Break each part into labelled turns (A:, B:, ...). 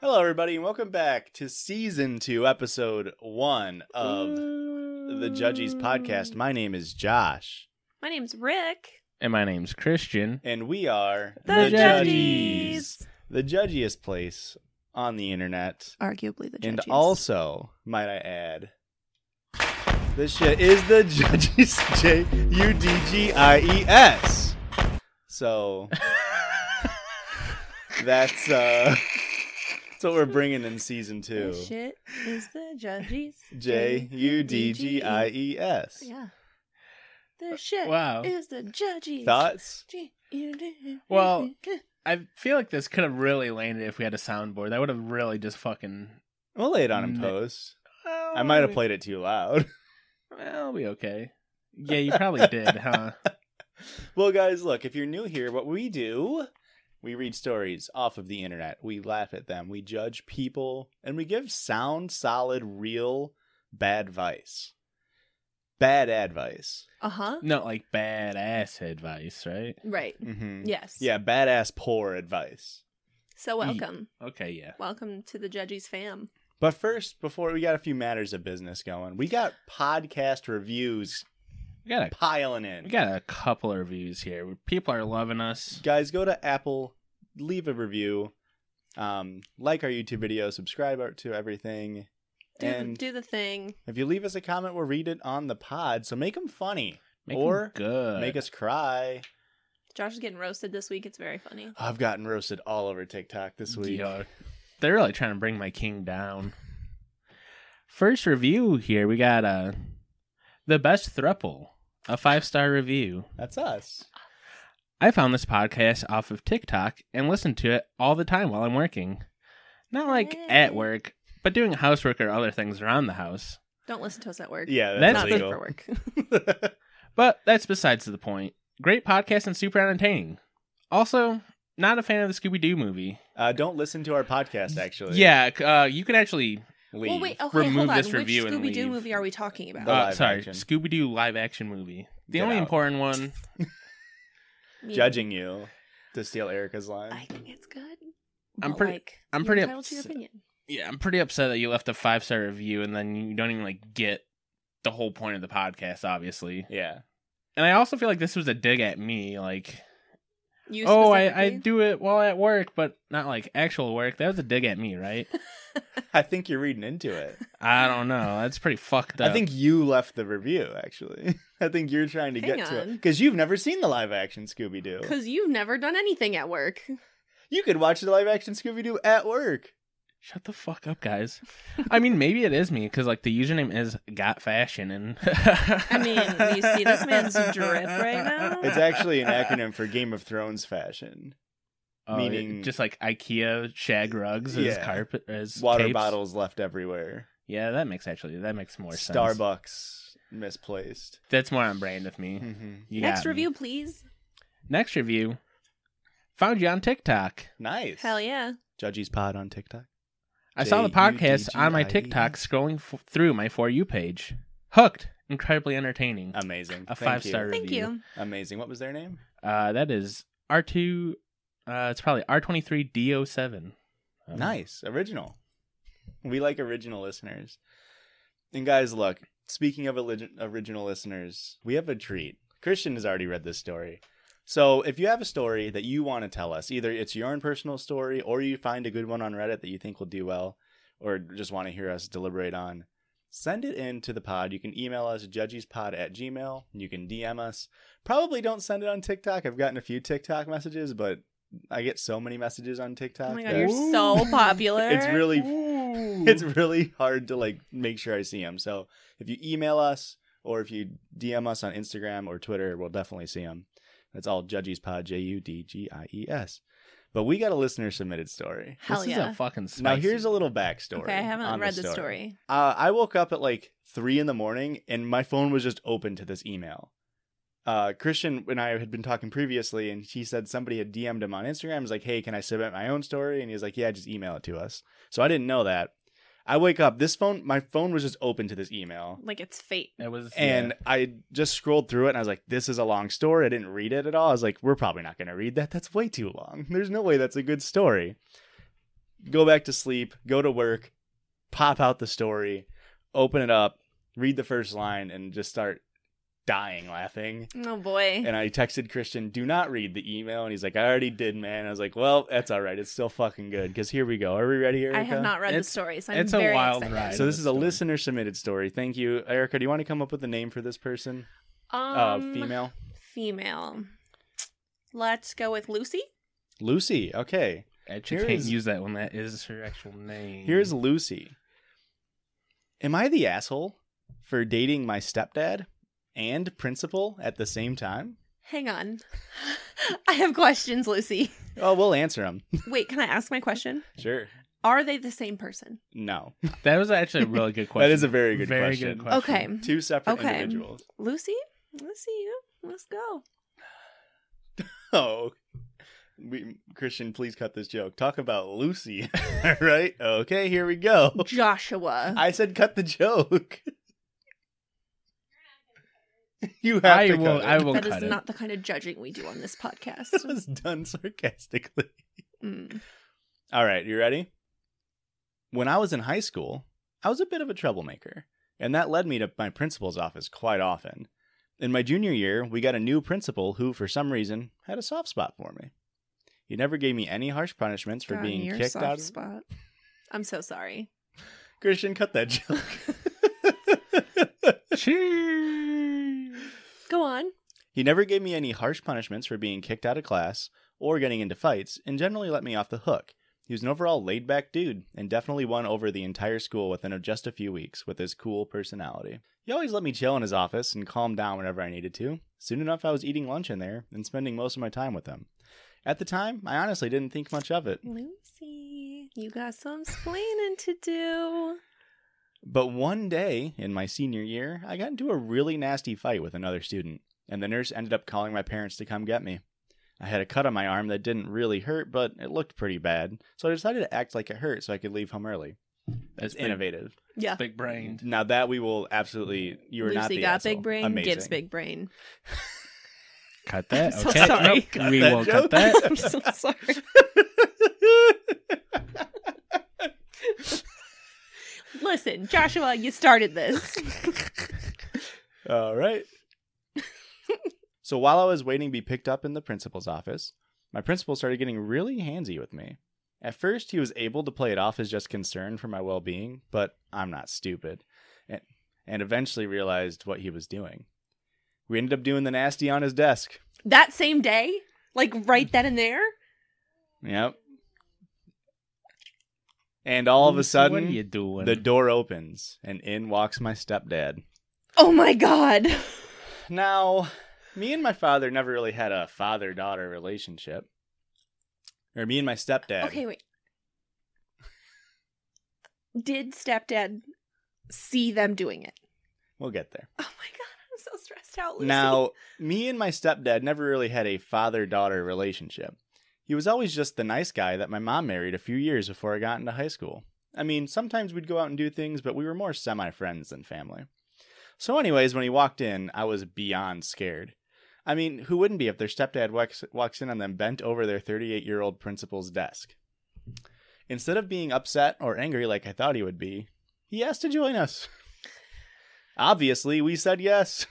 A: Hello, everybody, and welcome back to season two, episode one of the Judges podcast. My name is Josh,
B: My name's Rick.
C: And my name's Christian.
A: and we are
C: The
B: Judgies.
A: the judgiest place on the internet,
B: Arguably the
A: and
B: judges.
A: also, might I add, this shit is the Judges J U D G I E S. So that's uh, that's what we're bringing in season two.
B: This shit is the judges.
A: J U D G I E S.
B: Yeah. The shit
C: Uh, Wow.
B: is the judges.
A: Thoughts?
B: G-U-D-G-I-E-S.
C: Well- I feel like this could have really landed if we had a soundboard. That would have really just fucking.
A: We'll lay it on in
C: Mm.
A: post. I might have played it too loud.
C: Well, be okay. Yeah, you probably did, huh?
A: well, guys, look, if you're new here, what we do, we read stories off of the internet. We laugh at them. We judge people. And we give sound, solid, real, bad advice. Bad advice.
B: Uh huh.
C: Not like badass advice, right?
B: Right.
C: Mm.
A: Mm-hmm.
B: Yes.
A: Yeah, badass poor advice.
B: So
C: Mm.
B: welcome.
C: Okay, yeah.
B: Welcome to the judges fam.
A: But first, before we got a few matters of business going, we got podcast reviews
C: We got a,
A: piling in.
C: we got a couple of reviews here. People are loving us.
A: guys go to apple leave a review um, like our youtube video subscribe our- to everything
B: Do,
A: and
B: do the thing.
A: if you leave us a comment we'll read it on the pod so make them funny
C: Make 'em
A: or
C: good.
A: make us cry
B: Josh is getting roasted this week. It's very funny.
A: i've gotten roasted all over tiktok this week
C: Yeah. They're really trying to bring my king down. First review here, we got uh, the best thruple, a five star review.
A: that's us
C: I found this podcast off of TikTok and listen to it all the time while I'm working. Not like
B: Hey.
C: at work, but doing housework or other things around the house.
B: Don't listen to us at work.
A: yeah
C: That's
A: that's,
B: Not
A: legal
B: good for work.
C: But that's besides the point. Great podcast and super entertaining. Also, not a fan of the Scooby Doo movie.
A: uh, don't listen to our podcast actually
C: Yeah, c- uh, you can actually
A: leave.
B: well, wait. oh, Okay, hold
C: Remove
B: on.
C: this
B: Which
C: review and
B: Scooby Doo
C: leave.
B: movie are we talking about?
A: The
C: uh,
A: live
C: sorry,
A: action.
C: Scooby Doo live action movie. The
A: Get
C: only
A: out.
C: important one.
B: Me.
A: judging you to steal erica's line
B: I think it's good.
C: I'm
B: but,
C: pretty-
B: Like,
C: I'm
B: you're
C: pretty
B: entitled to your
C: upset.
B: opinion.
C: Yeah, I'm pretty upset that you left a five star review and then you don't even like get the whole point of the podcast. Obviously,
A: yeah
C: and I also feel like this was a dig at me. Like,
B: You
C: oh, I, I
B: specifically?
C: do it while at work, but not like actual work. That was a dig at me, right?
A: i think you're reading into it
C: I don't know. That's pretty fucked up.
A: I think you left the review. Actually, I think you're trying to
B: Hang
A: get to it
B: on.
A: because you've never seen the live action Scooby Doo.
B: Because you've never done anything at work.
A: You could watch the live action Scooby Doo at work.
C: Shut the fuck up, guys. I mean, maybe it is me because like the username is got fashion, and I
B: mean, do you see this man's drip right now?
A: It's actually an acronym for Game of Thrones fashion. meaning-
C: Oh, just like IKEA shag rugs as
A: Yeah.
C: carpet as
A: Water
C: capes.
A: bottles left everywhere.
C: Yeah, that makes actually that makes more sense.
A: Starbucks misplaced.
C: That's more on brand with me.
A: Mhm.
C: You
B: Next
C: got me.
B: review, please.
C: Next review. Found you on TikTok.
A: Nice.
B: Hell yeah.
A: Judgy's pod on TikTok.
C: I saw the podcast on
A: J-U-D-G-I-E.
C: my TikTok scrolling f- through my For You page. Hooked. Incredibly entertaining.
A: Amazing.
C: Mm. A
A: Thank
C: five-star
A: you.
C: review.
B: Thank you.
A: Amazing. What was their name?
C: Uh, that is R2. Uh, it's probably R23D07. Um,
A: Nice. Original. We like original listeners. And guys, look, speaking of olig- original listeners, we have a treat. Christian has already read this story. So if you have a story that you want to tell us, either it's your own personal story or you find a good one on Reddit that you think will do well or just want to hear us deliberate on, send it in to the pod. You can email us, judgiespod at gmail. You can DM us. Probably don't send it on TikTok. I've gotten a few TikTok messages, but I get so many messages on TikTok.
B: Oh my god,
A: that
B: you're so
C: Ooh.
B: popular.
A: it's really
C: Ooh.
A: it's really hard to like make sure I see them. So if you email us or if you DM us on Instagram or Twitter, we'll definitely see them. That's all Judgies Pod, J U D G I E S. But we got a listener submitted story.
B: hell
C: this
B: yeah.
C: is a fucking spicy.
A: Now here's a little backstory.
B: okay, I haven't
A: on
B: read the story.
A: Uh, I woke up at like three in the morning and my phone was just open to this email. Uh, Christian and I had been talking previously, and he said somebody had DM'd him on Instagram. He's like, "Hey, can I submit my own story?" And he's like, "Yeah, just email it to us." So I didn't know that. I wake up. This phone, my phone was just open to this email,
B: Like it's fate.
C: It was
A: and I just scrolled through it, and I was like, "This is a long story." I didn't read it at all. I was like, "We're probably not going to read that. That's way too long. There's no way that's a good story." Go back to sleep. Go to work. Pop out the story. Open it up. Read the first line, and just start dying laughing.
B: Oh boy.
A: And I texted Christian, do not read the email. And he's like, I already did, man. I was like, well, that's all right. It's still fucking good. Because here we go. Are we ready, Erica?
B: I have not read the
C: It's-
B: story, so I'm
C: it's a
B: very
C: wild
B: excited.
C: ride.
A: So this is a
C: Story.
A: listener submitted story. Thank you, Erica. Do you want to come up with a name for this person?
B: Um,
A: uh, female.
B: Female. Let's go with Lucy.
A: Lucy. Okay.
C: yeah. I just
A: here
C: can't
A: is-
C: use that one. That is her actual name.
A: Here's Lucy. Am I the asshole for dating my stepdad and principal at the same time?
B: Hang on. I have questions, Lucy.
A: Oh, we'll answer them.
B: Wait, can I ask my question?
A: Sure.
B: Are they the same person?
A: No.
C: that was actually a really good question.
A: That is a very good
C: very
A: question.
C: good question.
B: Okay.
A: Two separate
B: Okay.
A: individuals.
B: Lucy? Let's see you. Let's go.
A: Oh, we, Christian, please cut this joke. Talk about Lucy, right? Okay, here we go.
B: Joshua.
A: I said cut the joke. You have
C: I
A: to
C: will.
A: cut it.
C: I will
B: that
C: cut
B: is
C: it.
B: not the kind of judging we do on this podcast.
A: That was done sarcastically.
B: Mm.
A: All right, you ready? When I was in high school, I was a bit of a troublemaker, and that led me to my principal's office quite often. In my junior year, we got a new principal who, for some reason, had a soft spot for me. He never gave me any harsh punishments for
B: God,
A: being
B: your
A: kicked
B: soft
A: out. Of...
B: spot. I'm so sorry.
A: Christian, cut that joke.
C: Cheers.
B: Go on.
A: He never gave me any harsh punishments for being kicked out of class or getting into fights, and generally let me off the hook. He was an overall laid back dude, and definitely won over the entire school within just a few weeks with his cool personality. He always let me chill in his office and calm down whenever I needed to. Soon enough, I was eating lunch in there and spending most of my time with him. At the time, I honestly didn't think much of it.
B: Lucy, you got some splaining to do.
A: But one day in my senior year, I got into a really nasty fight with another student, and the nurse ended up calling my parents to come get me. I had a cut on my arm that didn't really hurt, but it looked pretty bad, so I decided to act like it hurt so I could leave home early.
C: That's big-
A: Innovative.
B: Yeah.
C: Big brained.
A: Now that we will absolutely, you are
B: Lucy
A: not the
B: got
A: asshole.
B: big brain,
A: Amazing.
B: gives big brain.
C: Cut that.
B: I'm so
C: okay.
B: sorry.
C: Nope,
A: Cut
C: we
A: that
C: will
A: joke.
C: cut that.
B: I'm so sorry. Listen, Joshua, you started this.
A: All right. so while I was waiting to be picked up in the principal's office, my principal started getting really handsy with me. At first, he was able to play it off as just concern for my well being, but I'm not stupid, and, and eventually realized what he was doing. We ended up doing the nasty on his desk.
B: that same day, like right then and there.
A: Yep. And all of a
C: So what
A: sudden,
C: are you doing?
A: the door opens, and in walks my stepdad.
B: Oh my god.
A: Now, me and my father never really had a father daughter relationship. Or me and my stepdad.
B: Okay, wait. Did stepdad see them doing it?
A: We'll get there.
B: Oh my god, I'm so stressed out. Lucy.
A: Now, me and my stepdad never really had a father daughter relationship. He was always just the nice guy that my mom married a few years before I got into high school. I mean, sometimes we'd go out and do things, but we were more semi friends than family. So, anyways, when he walked in, I was beyond scared. I mean, who wouldn't be if their stepdad walks, walks in on them bent over their 38 year old principal's desk? Instead of being upset or angry like I thought he would be, he asked to join us. Obviously, we said yes.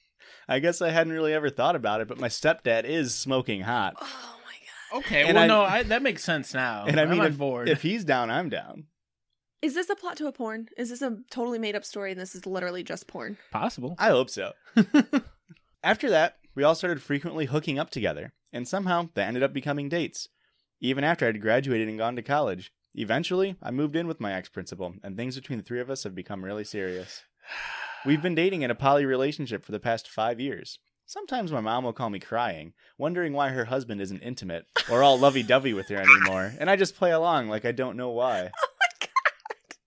A: I guess I hadn't really ever thought about it, but my stepdad is smoking hot.
B: oh my god.
C: okay.
A: and
C: well,
A: I-
C: no, I, that makes sense now.
A: And I mean,
C: Oh, I'm on
A: if,
C: board.
A: if he's down, I'm down.
B: Is this a plot to a porn? Is this a totally made up story and this is literally just porn?
C: Possible.
A: I hope so. After that, we all started frequently hooking up together, and somehow that ended up becoming dates. Even after I'd graduated and gone to college, eventually I moved in with my ex principal, and things between the three of us have become really serious. We've been dating in a poly relationship for the past five years. Sometimes my mom will call me crying, wondering why her husband isn't intimate or all lovey dovey with her anymore, and I just play along like I don't know why.
B: Oh my god.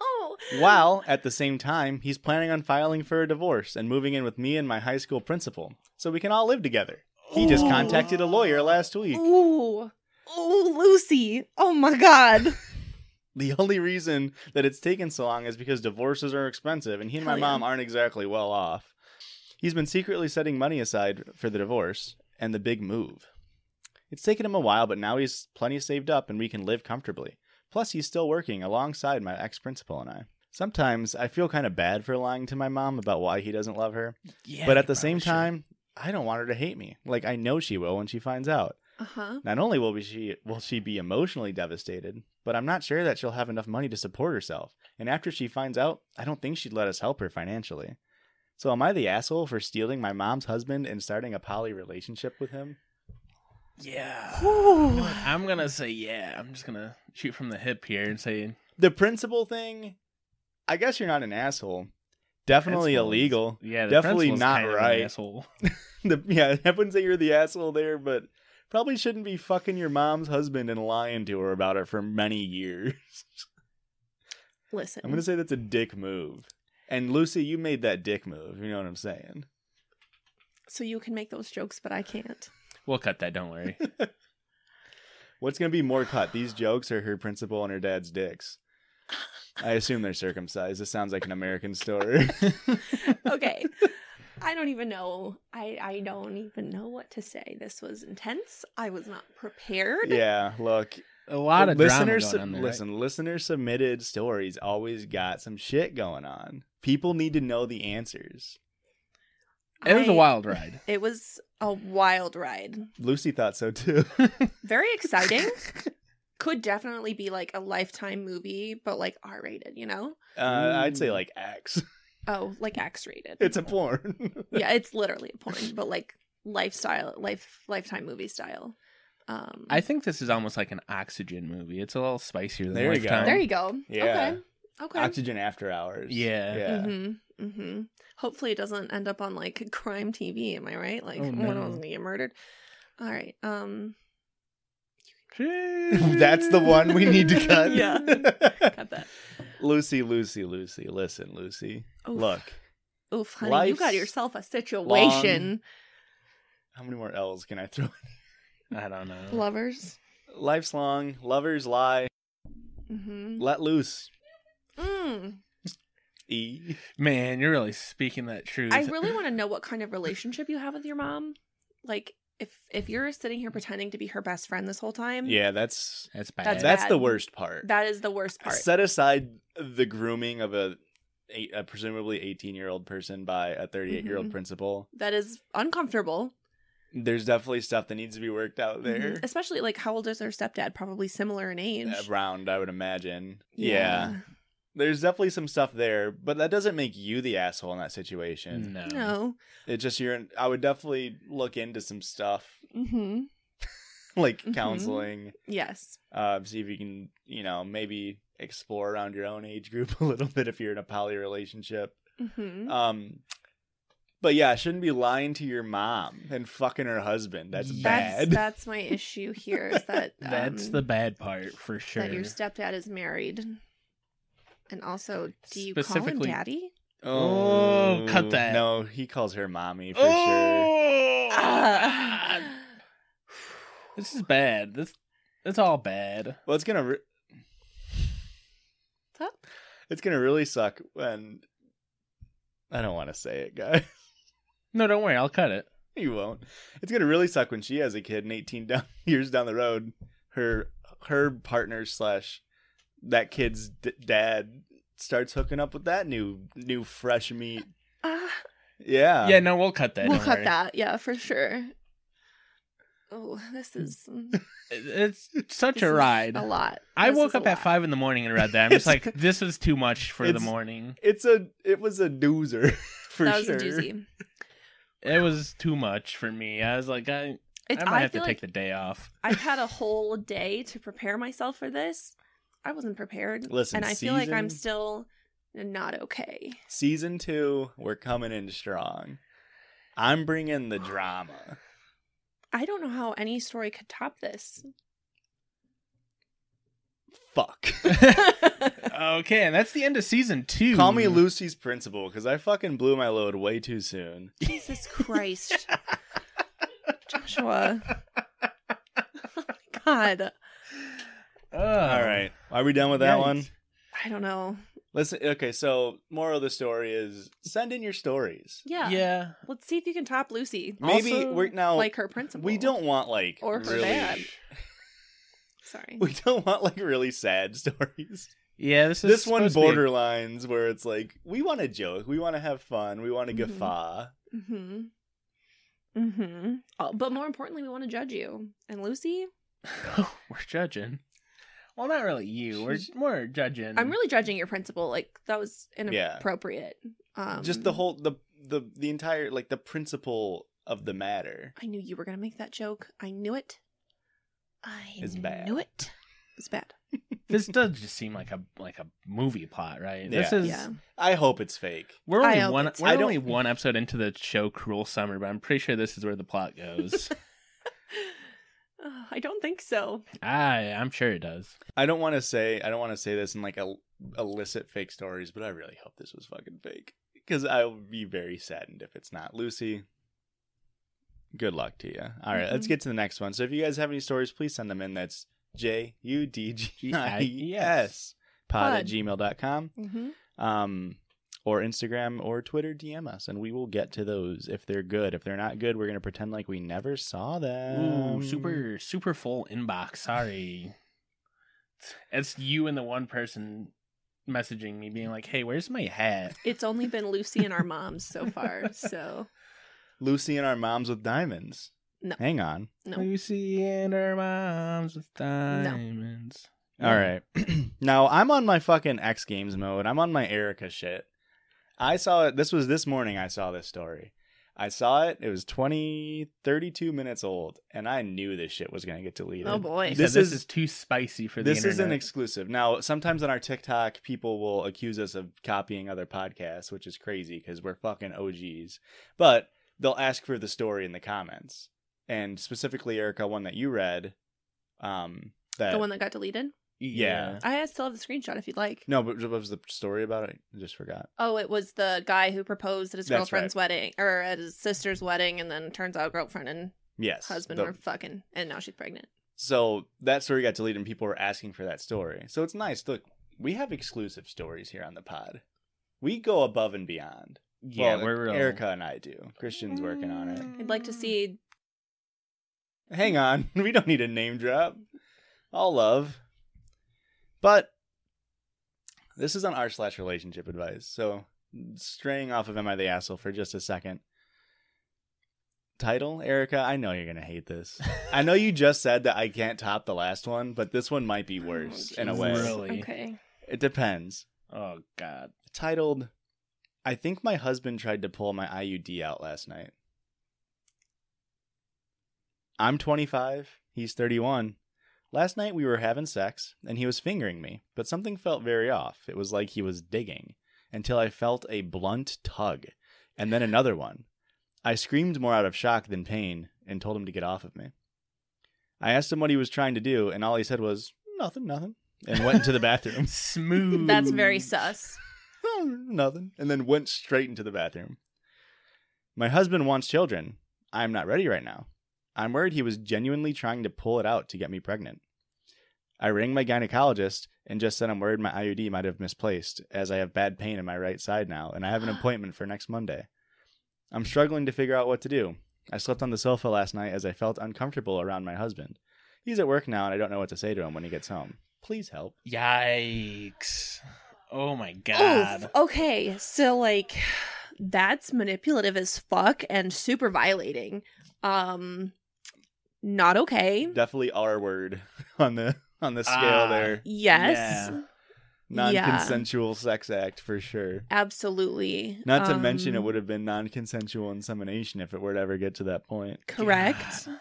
B: Oh.
A: While at the same time, he's planning on filing for a divorce and moving in with me and my high school principal so we can all live together. He just
B: Ooh.
A: contacted a lawyer last week.
B: Ooh. Ooh, Lucy. Oh my god.
A: The only reason that it's taken so long is because divorces are expensive and he and my
B: Hell yeah.
A: mom aren't exactly well off. He's been secretly setting money aside for the divorce and the big move. It's taken him a while, but now he's plenty saved up and we can live comfortably. Plus, he's still working alongside my ex principal and I. Sometimes I feel kind of bad for lying to my mom about why he doesn't love her.
C: Yeah,
A: but
C: you
A: at the
C: probably
A: same
C: should.
A: time, I don't want her to hate me. Like I know she will when she finds out.
B: Uh-huh.
A: Not only will be she will she be emotionally devastated, but I'm not sure that she'll have enough money to support herself. And after she finds out, I don't think she'd let us help her financially. So am I the asshole for stealing my mom's husband and starting a poly relationship with him?
C: yeah.
B: Ooh.
C: You know what? I'm gonna say yeah. I'm just gonna shoot from the hip here and say
A: The principal thing, I guess you're not an asshole. Definitely
C: principal's-
A: illegal.
C: Yeah, the
A: Definitely
C: principal's
A: not
C: kind of an
A: right.
C: asshole.
A: The, yeah, I wouldn't say you're the asshole there, but probably shouldn't be fucking your mom's husband and lying to her about it for many years.
B: Listen.
A: I'm gonna say that's a dick move. And Lucy, you made that dick move. You know what I'm saying?
B: so you can make those jokes, but I can't.
C: We'll cut that. Don't worry.
A: What's gonna be more cut? These jokes or her principal and her dad's dicks? I assume they're circumcised. This sounds like an American story.
B: Okay. I don't even know. I I don't even know what to say. This was intense. I was not prepared.
A: yeah, look.
C: A lot of drama
A: listeners,
C: going on there. right?
A: listen. Listener submitted stories always got some shit going on. People need to know the answers.
C: It was a
B: I-
C: wild ride.
B: It was a wild ride.
A: Lucy thought so too.
B: Very exciting. Could definitely be like a lifetime movie, but like R rated, you know?
A: Uh, I'd say
C: Ooh.
A: like X.
B: Oh, like X rated.
A: It's a porn.
B: yeah, it's literally a porn, but like lifestyle, life, lifetime movie style. Um,
C: I think this is almost like an oxygen movie. It's a little spicier than
A: There you go.
C: Lifetime.
B: there you go.
A: Yeah.
B: Okay. Okay.
A: Oxygen After Hours.
C: Yeah.
A: Yeah.
B: Mm-hmm. Mm-hmm. Hopefully, it doesn't end up on like crime TV. Am I right? Like,
C: Oh,
B: one
C: no.
B: of them's gonna get murdered. All right. Um,
A: That's the one we need to cut.
B: Mm-hmm. Yeah. got that.
A: Lucy, Lucy, Lucy. Listen, Lucy.
B: Oof.
A: Look,
B: Oof, honey, you
A: Life's
B: got yourself a situation.
A: how many more L's can I throw? in?
C: I don't know.
B: Lovers.
A: Life's long. Lovers lie.
B: Mm-hmm.
A: Let loose.
B: Mm.
A: E.
B: Mm-hmm.
C: Man, you're really speaking that truth.
B: I really want to know what kind of relationship you have with your mom. Like, if if you're sitting here pretending to be her best friend this whole time,
A: Yeah, that's
C: That's bad.
B: That's
A: that's
B: bad.
A: the worst part.
B: that is the worst part.
A: Set aside the grooming of a, a, a presumably 18 year old person by a 38 year old
B: Mhm.
A: principal.
B: that is uncomfortable.
A: There's definitely stuff that needs to be worked out there.
B: Mhm. Especially like how old is her stepdad? Probably similar in age.
A: Around, uh, I would imagine. yeah. there's definitely some stuff there, but that doesn't make you the asshole in that situation.
C: no.
B: No.
A: It's just you're. In, I would definitely look into some stuff
B: Mm-hmm.
A: like
C: Mm-hmm.
B: Mhm.
A: counseling,
B: Yes.
A: uh, see if you can, you know, maybe explore around your own age group a little bit if you're in a poly relationship.
B: Mm-hmm.
A: Um, but yeah, shouldn't be lying to your mom and fucking her husband. That's
C: Yes.
A: bad.
B: That's that's my issue here is that
C: That's
B: um,
C: the bad part for sure.
B: that your stepdad is married. And also, do you call him
C: Specifically-
B: daddy?
C: Oh, cut that.
A: No, he calls her mommy for sure.
C: oh,
A: Oh!
B: Ah.
C: this is bad. This it's all bad.
A: Well, it's gonna. Re-
B: What's up?
A: it's gonna really suck when I don't want to say it, guys.
C: No, don't worry. I'll cut it.
A: You won't. It's gonna really suck when she has a kid and eighteen down, years down the road, her her partner slash that kid's d- dad starts hooking up with that new new fresh meat.
B: Ah,
A: Yeah. Uh,
C: yeah, no, we'll cut that.
B: we'll
C: don't
B: cut
C: worry.
B: that. Yeah, for sure. Oh, this is
C: It's such
B: this
C: Hmm. a
B: is
C: ride.
B: A lot.
C: I
B: This is
C: woke
B: a
C: up at
B: lot.
C: five in the morning and read that. I'm just like, this is too much for the
A: It's-
C: morning.
A: It's a it was a doozer for
B: that was
A: sure.
B: a doozy.
C: It was too much for me. I was like, I, I
B: It's,
C: might
B: I,
C: have to
B: feel
C: take
B: like
C: the day off.
B: I've had a whole day to prepare myself for this. I wasn't prepared.
A: Listen,
B: and I feel like I'm
A: season-
B: still not okay.
A: Season two, we're coming in strong. I'm bringing the drama.
B: I don't know how any story could top this.
A: Fuck.
C: Okay, and that's the end of season two.
A: Call me Lucy's principal because I fucking blew my load way too soon.
B: Jesus Christ. Joshua. God.
C: Oh.
A: All right, are we done with that
C: Yikes.
A: one?
B: I don't know.
A: Listen, okay. So moral of the story is send in your stories.
B: Yeah.
C: yeah.
B: Let's see if you can top Lucy.
A: Maybe
C: Also,
A: we're now
B: like her principal.
A: we don't want like
B: Or her
A: really,
B: dad. Sorry.
A: We don't want like really sad stories.
C: Yeah, this is
A: this one
C: supposed to be a-
A: borderlines where it's like we want to joke, we want to have fun, we want to
B: Mhm.
A: guffaw.
B: Mm-hmm. Mm-hmm. Oh, but more importantly, we want to judge you. And Lucy,
C: we're judging. Well, not really you. We're
A: She's-
C: more judging.
B: I'm really judging your principal. Like that was
A: Mm. Yeah.
B: inappropriate. Um,
A: Just the whole the the the entire like the principle of the matter.
B: I knew you were gonna make that joke. I knew it. I
A: It's bad.
B: knew it. It's bad.
C: This does just seem like a like a movie plot, right? This
A: Yeah.
C: is.
B: Yeah.
A: I hope it's fake.
C: We're
B: I
C: only
B: hope
C: one.
B: it's-
C: We're
A: I don't-
C: only one episode into the show "Cruel Summer," but I'm pretty sure this is where the plot goes.
B: Uh, I don't think so.
C: I, I'm sure it does.
A: I don't want to say I don't want to say this and like el- elicit fake stories, but I really hope this was fucking fake because I'll be very saddened if it's not. Lucy, good luck to you. All right, let's
B: Mhm.
A: get to the next one. So if you guys have any stories, please send them in. That's J U D G I E S pod at
B: Pod.
A: gmail.com
B: Mm-hmm.
A: um, or Instagram or Twitter. DM us and we will get to those if they're good. If they're not good, we're gonna pretend like we never saw them.
C: Ooh, super super full inbox. Sorry, it's you and the one person messaging me, being like, "Hey, where's my hat?"
B: It's only been Lucy and our moms so far. So
A: Lucy and our moms with diamonds.
B: No.
A: Hang on.
B: no.
C: Lucy and her moms with diamonds.
A: All right. now I'm on my fucking X Games mode. I'm on my Erica shit. I saw it. This was this morning. I saw this story. I saw it. It was 20, 32 minutes old, and I knew this shit was gonna get deleted.
B: Oh, boy.
C: He said,
A: This,
C: this
A: is,
C: is too spicy for the
A: this is an
C: internet."
A: exclusive. Now, sometimes on our TikTok, people will accuse us of copying other podcasts, which is crazy because we're fucking OGs. But they'll ask for the story in the comments, and specifically Erica, one that you read. Um, that
B: The one that got deleted.
A: yeah.
B: I still have the screenshot if you'd like.
A: No, but what was the story about it? I just forgot.
B: Oh, it was the guy who proposed at his
A: That's
B: girlfriend's wedding or at his sister's wedding, and then turns out girlfriend and
A: Yes.
B: husband
A: the-
B: were fucking, and now she's pregnant.
A: so that story got deleted and people were asking for that story. So it's nice. Look, we have exclusive stories here on the pod. We go above and beyond.
C: Yeah,
A: Well,
C: we're real.
A: Erica and I do. Christian's working on it.
B: I'd
C: Mm.
B: like to see.
A: Hang on. We don't need a name drop. All love. But this is on r slash relationship advice. So straying off of Am I the Asshole for just a second. Title, Erica, I know you're going to hate this. I know you just said that I can't top the last one, but this one might be worse
B: Oh,
A: in a
B: Jesus.
A: way.
C: Really?
B: Okay.
A: It depends.
C: Oh God.
A: Titled, I think my husband tried to pull my IUD out last night. I'm 25, he's 31. Last night we were having sex and he was fingering me, but something felt very off. It was like he was digging until I felt a blunt tug and then another one. I screamed more out of shock than pain and told him to get off of me. I asked him what he was trying to do, and all he said was, nothing, nothing, and went into the bathroom.
C: Smooth.
B: That's very sus.
A: "Oh, nothing, and then went straight into the bathroom. My husband wants children. I'm not ready right now. I'm worried he was genuinely trying to pull it out to get me pregnant. I rang my gynecologist and just said I'm worried my IUD might have misplaced, as I have bad pain in my right side now, and I have an appointment for next Monday. I'm struggling to figure out what to do. I slept on the sofa last night as I felt uncomfortable around my husband. He's at work now, and I don't know what to say to him when he gets home. Please help.
C: Yikes. Oh my
B: Oh,
C: God.
B: f- okay. So like that's manipulative as fuck and super violating. Um not okay.
A: Definitely R word on the on the scale
C: Ah.
A: there.
B: Yes.
C: Yeah.
A: Non consensual sex act for sure.
B: Absolutely.
A: Not to mention it
B: Um,
A: would have been non consensual insemination if it were to ever get to that point.
B: Correct.
C: God.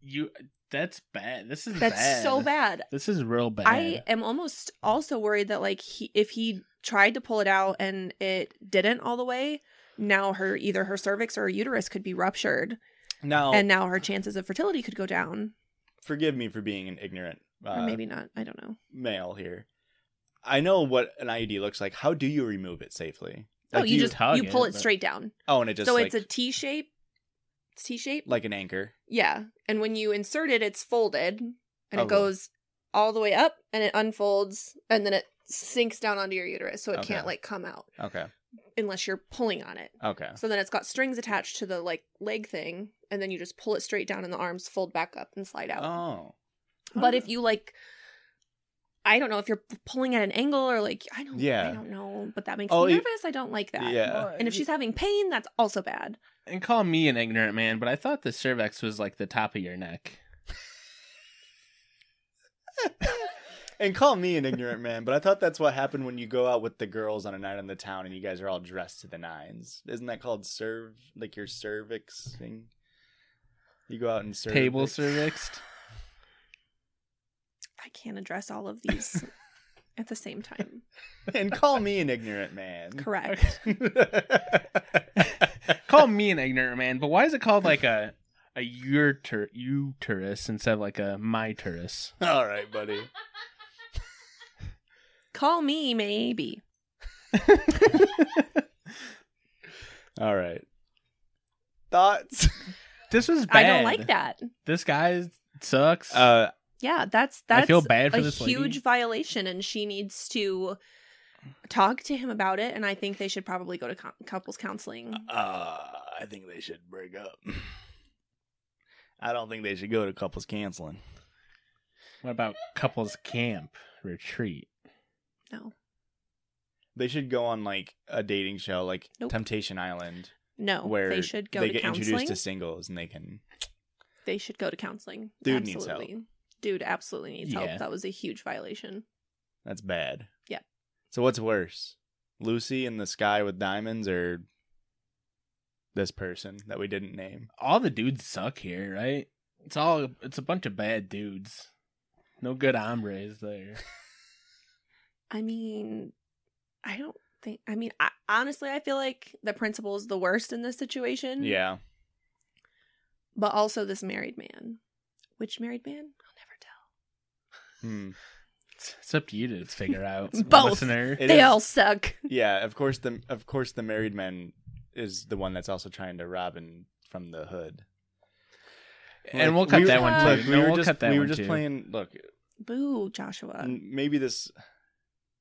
C: You. That's bad. This is
B: That's so bad.
C: This is real bad.
B: I am almost also worried that like he, if he tried to pull it out and it didn't all the way, now her either her cervix or her uterus could be ruptured,
A: Now
B: and now her chances of fertility could go down,
A: forgive me for being an ignorant
B: or
A: uh,
B: maybe not. I don't know.
A: male here. I know what an IUD looks like. How do you remove it safely?
B: Oh,
A: Like,
B: you,
A: do
B: just
C: tug
B: you pull
C: it,
B: it,
C: but-
B: straight down.
A: oh, and it just
B: so
A: like,
B: it's a T shape. It's T shape.
A: like an anchor.
B: Yeah, and when you insert it, it's folded, and
A: Oh, really?
B: it goes all the way up, and it unfolds, and then it sinks down onto your uterus, so it
A: Okay.
B: can't like come out
A: Okay,
B: unless you're pulling on it.
A: okay.
B: So then it's got strings attached to the like leg thing, and then you just pull it straight down, and the arms fold back up and slide out.
A: Oh,
B: But if you like, I don't know if you're pulling at an angle or like I don't,
A: Yeah.
B: I don't know, but that makes
A: Oh,
B: me
A: you-
B: nervous. I don't like that.
A: yeah.
B: And if she's having pain, that's also bad.
C: and call me an ignorant man, but I thought the cervix was like the top of your neck.
A: and call me an ignorant man, but I thought that's what happened when you go out with the girls on a night in the town and you guys are all dressed to the nines. Isn't that called serve? Like your cervix thing. You go out and serve
C: Table cervixed.
B: I can't address all of these at the same time.
A: and call me an ignorant man.
B: Correct.
C: call me an ignorant man, but why is it called like a a uter- uterus instead of like a miterus?
A: all right, buddy.
B: Call me maybe.
A: All right. Thoughts?
C: This was
B: I
C: bad.
B: don't like that.
C: This guy sucks.
A: Uh,
B: Yeah, that's
C: I
B: that's
C: feel bad for
B: a
C: this lady.
B: huge violation, and she needs to talk to him about it. And I think they should probably go to co- couples counseling.
A: uh, I think they should break up. I don't think they should go to couples canceling.
C: what about couples camp retreat?
B: No,
A: They should go on like a dating show, like
B: Nope.
A: Temptation Island,
B: no,
A: where
B: Oh, they should go
A: they
B: to
A: get
B: counseling.
A: introduced to singles and they can.
B: They should go to counseling.
A: Dude needs help.
B: absolutely. Dude absolutely needs
C: Yeah.
B: help. That was a huge violation.
A: That's bad.
B: Yeah.
A: So what's worse, Lucy in the sky with diamonds, or this person that we didn't name?
C: All the dudes suck here, right? It's all it's a bunch of bad dudes. No good hombres there.
B: I mean, I don't think. I mean, I, honestly, I feel like the principal is the worst in this situation.
A: Yeah.
B: but also this married man. Which married man? I'll never tell.
A: Hmm.
C: It's, it's up to you to figure out.
B: Both.
C: listener.
A: It
B: they
A: is-
B: all suck.
A: Yeah, of course the of course the married man is the one that's also trying to rob him from the hood.
C: and we'll
A: Like,
C: cut
A: we-
C: that one too.
A: Look, we
C: No,
A: were
C: we'll
A: just
C: cut that
A: we were
C: one,
A: just
C: too.
A: playing. Look,
B: Boo, Joshua.
A: m- maybe this.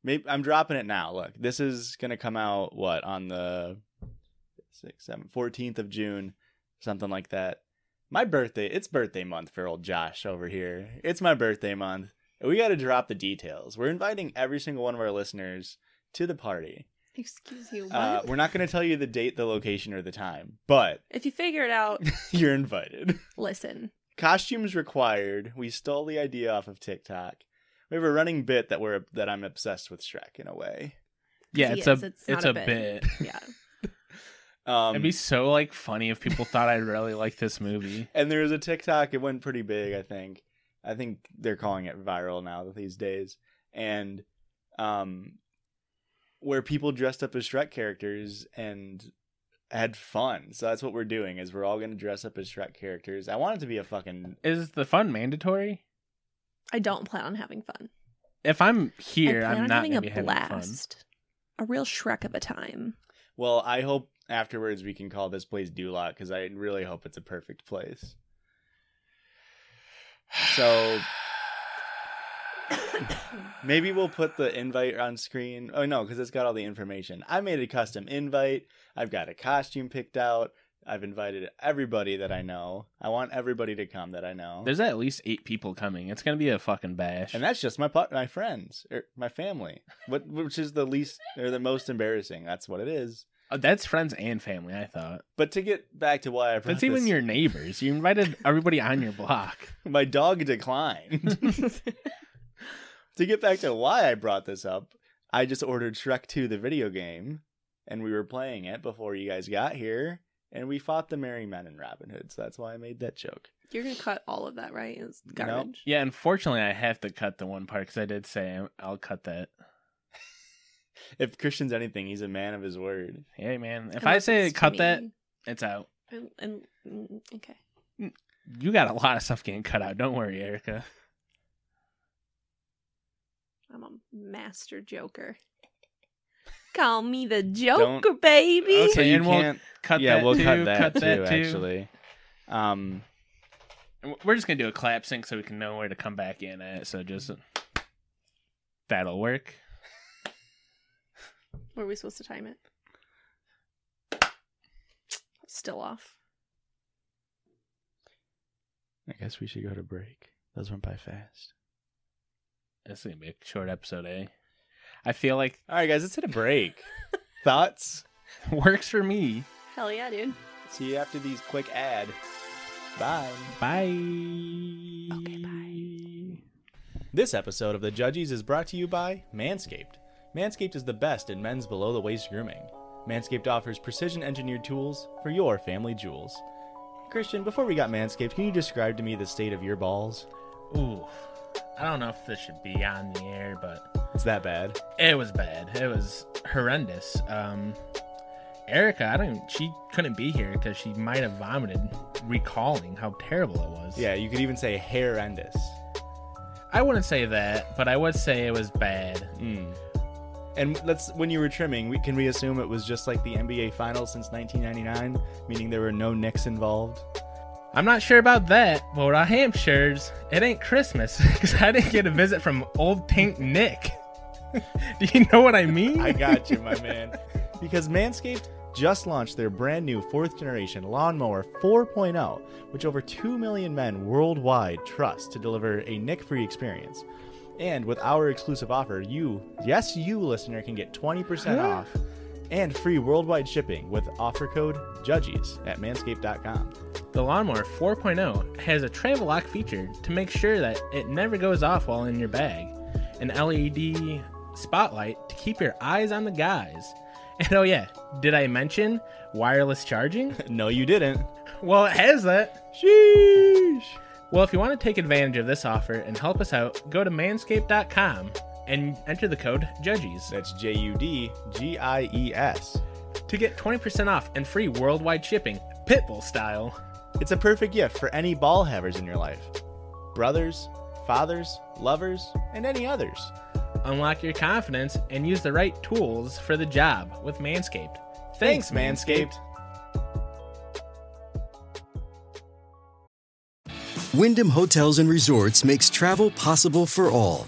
A: Maybe I'm dropping it now. Look, this is gonna come out what on the sixth, seventh, fourteenth of June, something like that. My birthday. It's birthday month for old Josh over here. It's my birthday month. We got to drop the details. We're inviting every single one of our listeners to the party.
B: Excuse you. What?
A: Uh, we're not going to tell you the date, the location, or the time, but
B: if you figure it out,
A: you're invited.
B: listen.
A: Costumes required. We stole the idea off of TikTok. We have a running bit that we're that I'm obsessed with Shrek in a way.
C: Yeah,
B: He
C: it's
B: is,
C: a
B: it's
C: it's,
B: not
C: a,
B: a
C: bit.
B: bit. Yeah.
A: Um,
C: It'd be so like funny if people thought I really liked this movie.
A: and there was a TikTok. It went pretty big. I think. I think they're calling it viral now these days. And um, where people dressed up as Shrek characters and had fun. So that's what we're doing. Is we're all going to dress up as Shrek characters. I want it to be a fucking
C: Is the fun mandatory?
B: I don't plan on having fun.
C: If I'm here,
B: I plan
C: I'm
B: on
C: not
B: having
C: gonna
B: a
C: be having fun.
B: blast. A real Shrek of a time.
A: Well, I hope afterwards we can call this place Dulot because I really hope it's a perfect place. So maybe we'll put the invite on screen. Oh no, because it's got all the information. I made a custom invite. I've got a costume picked out. I've invited everybody that I know. I want everybody to come that I know.
C: There's at least eight people coming. It's gonna be a fucking bash.
A: and that's just my pu- my friends or my family, what which is the least or the most embarrassing. That's what it is.
C: Oh, that's friends and family. I thought
A: But to get back to why I brought
C: that's even
A: this-
C: your neighbors. You invited everybody on your block.
A: my dog declined. to get back to why I brought this up, I just ordered Shrek 2 the video game and we were playing it before you guys got here and we fought the merry men in Robin Hood. So that's why I made that joke.
B: You're gonna cut all of that, right? It's
A: Nope.
B: garbage.
C: Yeah, unfortunately, I have to cut the one part because I did say I'll cut that.
A: If Christian's anything, he's a man of his word.
C: Hey, man, if I
B: Unless
C: say
B: it's
C: cut
B: me.
C: that, it's out.
B: And- and- mm, okay.
C: You got a lot of stuff getting cut out. Don't worry, Erica.
B: I'm a master joker. Call me the Joker,
A: Don't-
B: baby.
C: Okay, and we'll Cut
A: yeah,
C: that
A: we'll
C: too.
A: cut that too,
C: that too.
A: actually. Um
C: And We're just gonna do a clap sync so we can know where to come back in at. So just that'll work.
B: Were we supposed to time it? Still off.
A: I guess we should go to break. Those went by fast.
C: This is gonna be a short episode, eh? I feel like
A: All right, guys, let's hit a break. Thoughts?
C: works for me.
B: Hell yeah, dude.
A: See you after these quick ad. Bye.
C: Bye.
B: Okay,
C: bye.
A: This episode of The Judges is brought to you by Manscaped. Manscaped is the best in men's below the waist grooming. Manscaped offers precision engineered tools for your family jewels. Christian, before we got Manscaped, can you describe to me the state of your balls?
C: Ooh, I don't know if this should be on the air, but
A: It's that bad.
C: It was bad. It was horrendous. Um, Erica, I don't. She couldn't be here because she might have vomited, recalling how terrible it was.
A: Yeah, you could even say horrendous.
C: I wouldn't say that, but I would say it was bad.
A: Mm. And let's when you were trimming, we, can we assume it was just like the NBA Finals since 1999, meaning there were no nicks involved?
C: I'm not sure about that, but what I am sure is it ain't Christmas because I didn't get a visit from old Pink Nick. Do you know what I mean?
A: I got you, my man. Because Manscaped just launched their brand new fourth generation lawnmower 4.0, which over 2 million men worldwide trust to deliver a nick free experience. And with our exclusive offer, you, yes, you listener, can get 20% off and free worldwide shipping with offer code JUDGES at manscaped.com.
C: The Lawnmower 4.0 has a travel lock feature to make sure that it never goes off while in your bag, an LED spotlight to keep your eyes on the guys. And oh, yeah, did I mention wireless charging?
A: No, you didn't.
C: well, it has that. Sheesh. Well, if you want to take advantage of this offer and help us out, go to manscaped.com and enter the code JUDGES
A: That's J U D G I E S.
C: to get 20% off and free worldwide shipping, Pitbull style.
A: It's a perfect gift for any ball havers in your life brothers, fathers, lovers, and any others.
C: Unlock your confidence and use the right tools for the job with Manscaped.
A: Thanks, Manscaped.
D: Wyndham Hotels and Resorts makes travel possible for all.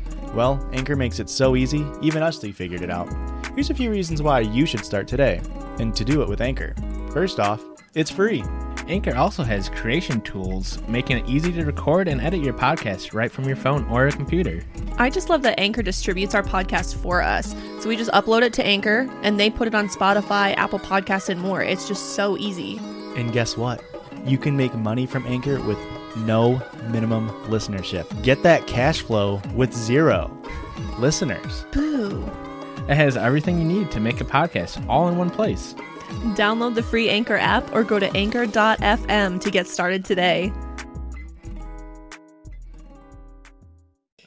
A: Well, Anchor makes it so easy, even us three figured it out. Here's a few reasons why you should start today, and to do it with Anchor. First off, it's free.
C: Anchor also has creation tools, making it easy to record and edit your podcast right from your phone or a computer.
B: I just love that Anchor distributes our podcast for us. So we just upload it to Anchor and they put it on Spotify, Apple Podcasts, and more. It's just so easy.
A: And guess what? You can make money from Anchor with no minimum listenership. Get that cash flow with zero listeners.
B: Boo.
C: It has everything you need to make a podcast all in one place.
E: Download the free Anchor app or go to anchor.fm to get started today.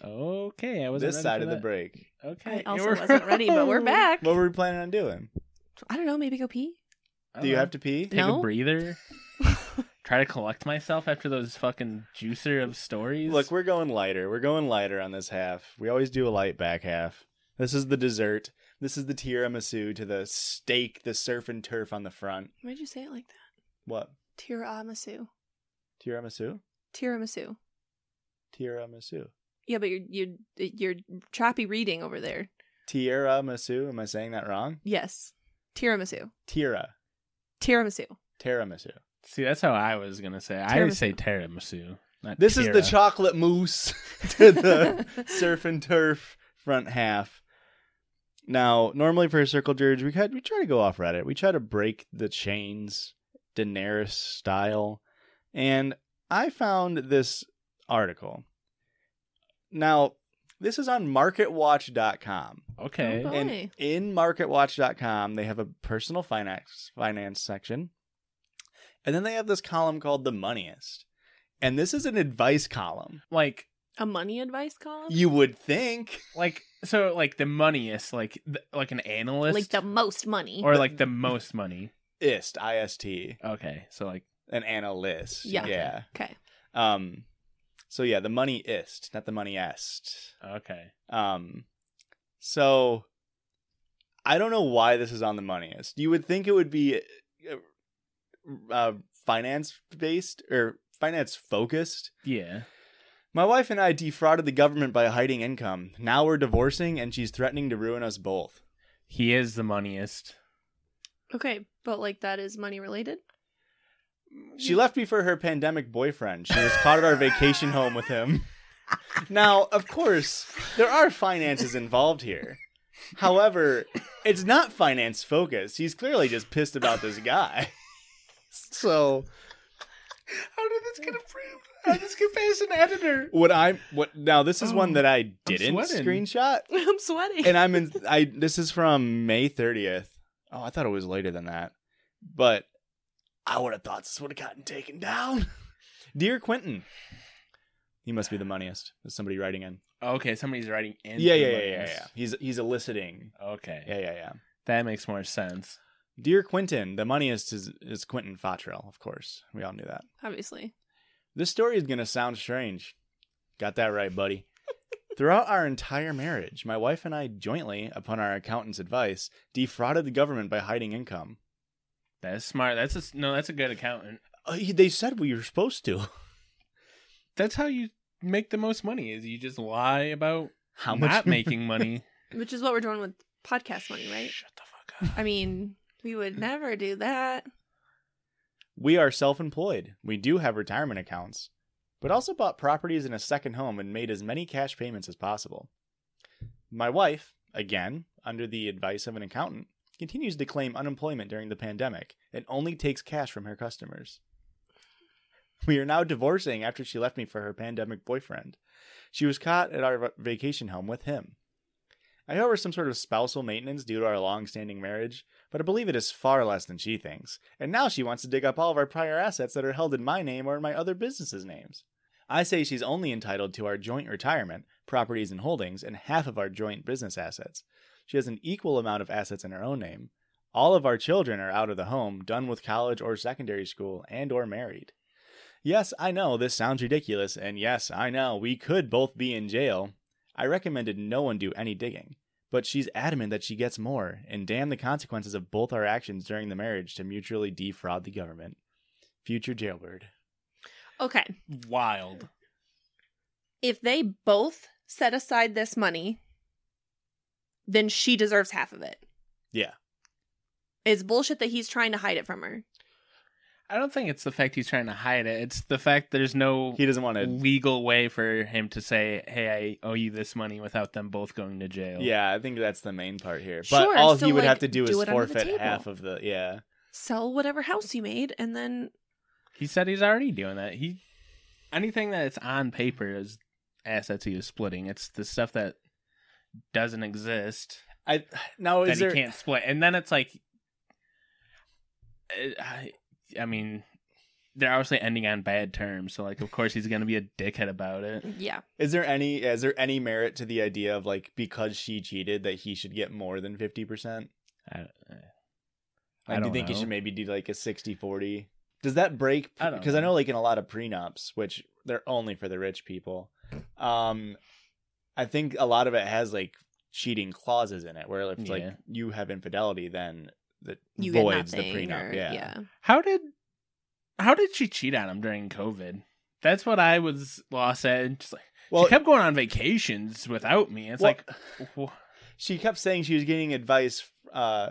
C: Okay, I was
A: this side of the break.
C: Okay,
E: I
C: you
E: also
C: were-
E: wasn't ready, but we're back.
A: What were we planning on doing?
B: I don't know. Maybe go pee.
C: I
A: Do you
C: don't
A: have to pee?
C: take
E: No.
C: a breather? Try to collect myself after those fucking juicer of stories.
A: Look, we're going lighter. We're going lighter on this half. We always do a light back half. This is the dessert. This is the tiramisu to the steak, the surf and turf on the front.
B: Why'd you say it like that?
A: What?
E: Tiramisu.
A: Tiramisu?
E: Tiramisu.
A: Tiramisu.
E: Yeah, but you're you're you're choppy reading over there.
A: Tiramisu. Am I saying that wrong?
E: Yes. Tiramisu.
A: Tira.
E: Tiramisu.
A: Tiramisu.
C: see, that's how I was gonna say. I
E: Tiramisu.
C: always say tiramisu. Not
A: This is the
C: tira.
A: chocolate mousse to the surf and turf front half. Now, normally for a circle dirge, we had, we try to go off Reddit. We try to break the chains, Daenerys style, and I found this article. Now, this is on MarketWatch.com.
C: okay.
E: Oh,
A: And
E: Why?
A: in marketwatch.com, they have a personal finance finance section. And then they have this column called the moneyest. And this is an advice column.
C: Like,
E: A money advice column?
A: You would think
C: like, so, like the moneyest, like, th- like an analyst,
E: like the most money.
C: or like the most money.
A: ist, IST,
C: Okay, so like,
A: an analyst.
E: Yeah.
A: Yeah.
E: okay.
A: Um so yeah, the moneyist, not the moneyest.
C: okay,
A: Um, so I don't know why this is on the moneyest. You would think it would be uh, uh, finance based or finance focused.
C: yeah.
A: My wife and I defrauded the government by hiding income. Now we're divorcing, and she's threatening to ruin us both.
C: He is the moneyest.
E: Okay, but like that is money related?
A: She left me for her pandemic boyfriend. She was caught at our vacation home with him. Now, of course, there are finances involved here. However, it's not finance focused. He's clearly just pissed about this guy. So,
C: How did this get approved? How did this get past an editor? Oh,
A: what I what now this is one that I didn't
C: sweating.
A: screenshot
E: I'm sweating.
A: and I'm in. I this is from May 30th. Oh, I thought it was later than that, but I would have thought this would have gotten taken down. Dear Quentin, he must be the moneyest. Is somebody writing in?
C: Okay, somebody's writing in.
A: yeah,
C: the
A: yeah, yeah, yeah,
C: moneyest.
A: yeah. He's he's eliciting.
C: Okay,
A: Yeah, yeah, yeah.
C: that makes more sense.
A: Dear Quentin, the moneyest is is Quentin Fottrell, of course. We all knew that.
E: Obviously.
A: This story is going to sound strange. Got that right, buddy. Throughout our entire marriage, my wife and I jointly, upon our accountant's advice, defrauded the government by hiding income.
C: That's smart. That's a s- no. That's a good accountant.
A: Uh, they said we were supposed to.
C: That's how you make the most money. Is you just lie about
A: How
C: not making money.
E: Which is what we're doing with podcast money, right?
C: Shut the fuck up.
E: I mean, we would never do that.
A: We are self employed. We do have retirement accounts, but also bought properties in a second home and made as many cash payments as possible. My wife, again, under the advice of an accountant, continues to claim unemployment during the pandemic and only takes cash from her customers. We are now divorcing after she left me for her pandemic boyfriend. She was caught at our vacation home with him. I owe her some sort of spousal maintenance due to our long standing marriage, but I believe it is far less than she thinks. And now she wants to dig up all of our prior assets that are held in my name or in my other businesses' names. I say she's only entitled to our joint retirement, properties and holdings, and half of our joint business assets. She has an equal amount of assets in her own name. All of our children are out of the home, done with college or secondary school, and or married. Yes, I know this sounds ridiculous, and yes, I know we could both be in jail. I recommended no one do any digging, but she's adamant that she gets more, and damn the consequences of both our actions during the marriage to mutually defraud the government. Future jailbird.
E: Okay.
C: Wild.
E: If they both set aside this money, then she deserves half of it.
A: Yeah.
E: It's bullshit that he's trying to hide it from her.
C: I don't think it's the fact he's trying to hide it. It's the fact there's no
A: He doesn't want to.
C: legal way for him to say, "Hey, I owe you this money," without them both going to jail.
A: Yeah, I think that's the main part here. But
E: Sure,
A: all
E: so,
A: he would
E: like,
A: have to do,
E: do
A: is
E: it under the
A: forfeit
E: table.
A: half of the. Yeah.
E: Sell whatever house you made and then
C: He said he's already doing that. He anything that's on paper is assets he was splitting. It's the stuff that doesn't exist.
A: I now
C: that
A: Oh, is
C: he
A: there
C: can't split. And then it's like, uh, I, I mean, they're obviously ending on bad terms. So like, of course he's gonna be a dickhead about it.
E: Yeah.
A: is there any is there any merit to the idea of like because she cheated that he should get more than fifty percent?
C: I, uh, I
A: Like, do you
C: don't
A: think he
C: know.
A: should maybe do like a 60-40? Does that break?
C: I don't
A: Because I
C: know.
A: know like in a lot of prenups, which they're only for the rich people. Um, I think a lot of it has like cheating clauses in it, where if like
C: Yeah.
A: you have infidelity, then that
E: You get
A: voids the
E: nothing.
A: prenup.
E: or-
A: yeah.
E: yeah.
C: How did, how did she cheat on him during COVID? That's what I was lost at. Just like
A: Well,
C: she kept going on vacations without me. It's
A: well,
C: like, wh-
A: she kept saying she was getting advice. Uh,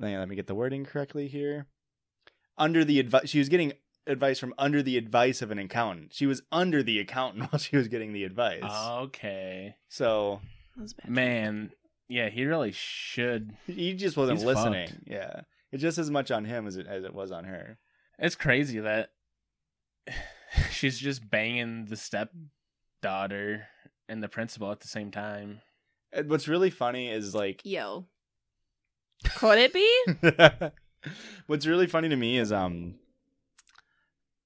A: hang on, let me get the wording correctly here. Under the advice, she was getting advice from under the advice of an accountant. She was under the accountant while she was getting the advice.
C: Oh. okay,
A: So
C: man, yeah, he really should.
A: he just wasn't
C: He's
A: listening.
C: fucked.
A: Yeah, it's just as much on him as it as it was on her.
C: It's crazy that she's just banging the stepdaughter and the principal at the same time.
A: And what's really funny is like,
E: Yo. Could it be?
A: what's really funny to me is um,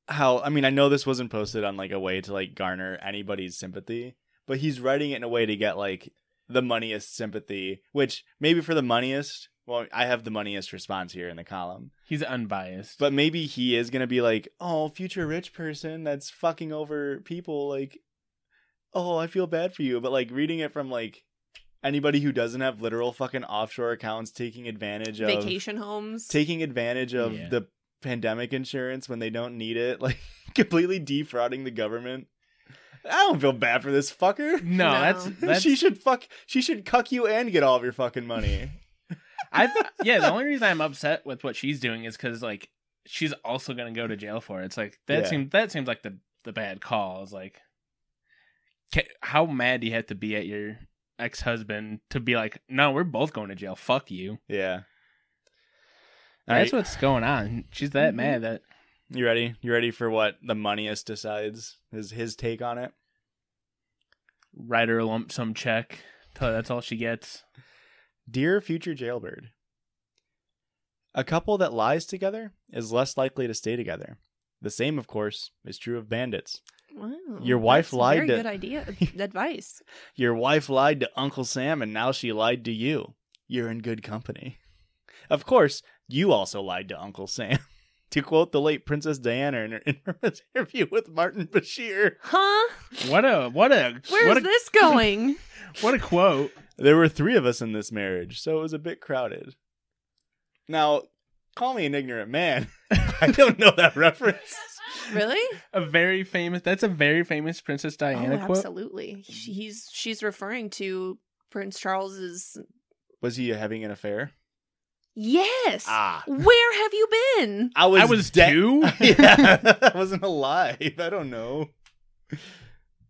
A: how I mean I know this wasn't posted on like a way to like garner anybody's sympathy, but he's writing it in a way to get like the moneyest sympathy, which maybe for the moneyest. Well, I have the moneyest response here in the column.
C: He's unbiased.
A: But maybe he is gonna be like, oh, future rich person that's fucking over people. Like, oh, I feel bad for you. But like reading it from like anybody who doesn't have literal fucking offshore accounts taking advantage of
E: Vacation homes.
A: taking advantage of
C: Yeah.
A: the pandemic insurance when they don't need it, like completely defrauding the government. I don't feel bad for this fucker.
C: no,
E: No.
C: that's that's
A: she should fuck. She should cuck you and get all of your fucking money.
C: I th- yeah, the only reason I'm upset with what she's doing is cuz like she's also going to go to jail for it. It's like that
A: Yeah.
C: seems that seems like the the bad call. It's like ca how mad do you have to be at your ex-husband to be like, "No, we're both going to jail. Fuck you."
A: yeah. Alright.
C: That's what's going on. She's
A: Mm-hmm.
C: that mad that
A: You ready? You ready for what the moneyist decides? Is his take on it?
C: write her a lump sum check. Tell her that's all she gets.
A: Dear future jailbird, a couple that lies together is less likely to stay together. The same, of course, is true of bandits.
E: Wow.
A: Your wife
E: That's
A: lied
E: Very
A: to-
E: good idea. Advice.
A: Your wife lied to Uncle Sam and now she lied to you. You're in good company. Of course, you also lied to Uncle Sam. to quote the late Princess Diana in her, in her interview with Martin Bashir.
E: Huh?
C: What a what a
E: Where's
C: what a,
E: this going?
C: What a quote.
A: There were three of us in this marriage, so it was a bit crowded. Now, call me an ignorant man. I don't know that reference.
E: really?
C: A very famous that's a very famous Princess Diana
E: oh,
C: quote.
E: absolutely. She- He's she's referring to Prince Charles's.
A: Was he having an affair?
E: Yes.
A: Ah.
E: Where have you been?
A: I was
C: I was
A: dead.
C: two?
A: yeah, I wasn't alive. I don't know.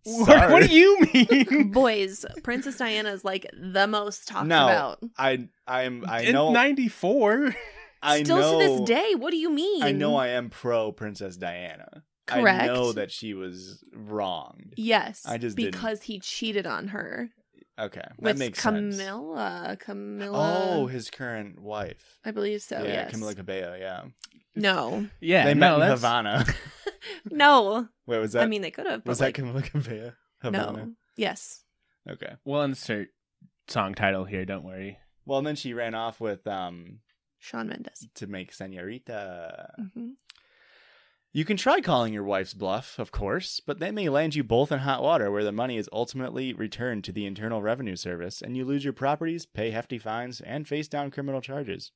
C: What-
A: Sorry.
C: What do you mean?
E: Boys, Princess Diana is like the most talked
A: No,
E: about.
A: I I'm I
C: In
A: know
C: 94.
A: I
E: Still
A: know
E: to this day. What do you mean?
A: I know I am pro Princess Diana. I
E: Correct.
A: know that she was wronged.
E: Yes.
A: I just didn't.
E: because he cheated on her
A: Okay, that
E: with
A: makes sense.
E: Camilla. Camilla.
A: Oh, his current wife.
E: I believe so.
A: yeah,
E: Oh, yes.
A: Camila Cabello. Yeah,
E: No.
C: Yeah,
A: they
C: no,
A: met in
C: that's,
A: Havana.
E: No.
A: Wait, was that?
E: I mean, they could have. but,
A: was
E: like,
A: that Camila Cabello? Havana?
E: No. Yes.
A: Okay.
C: We'll insert song title here, don't worry.
A: Well, and then she ran off with um
E: Sean Mendes.
A: to make Senorita.
E: hmm
A: You can try calling your wife's bluff, of course, but that may land you both in hot water, where the money is ultimately returned to the Internal Revenue Service, and you lose your properties, pay hefty fines, and face down criminal charges.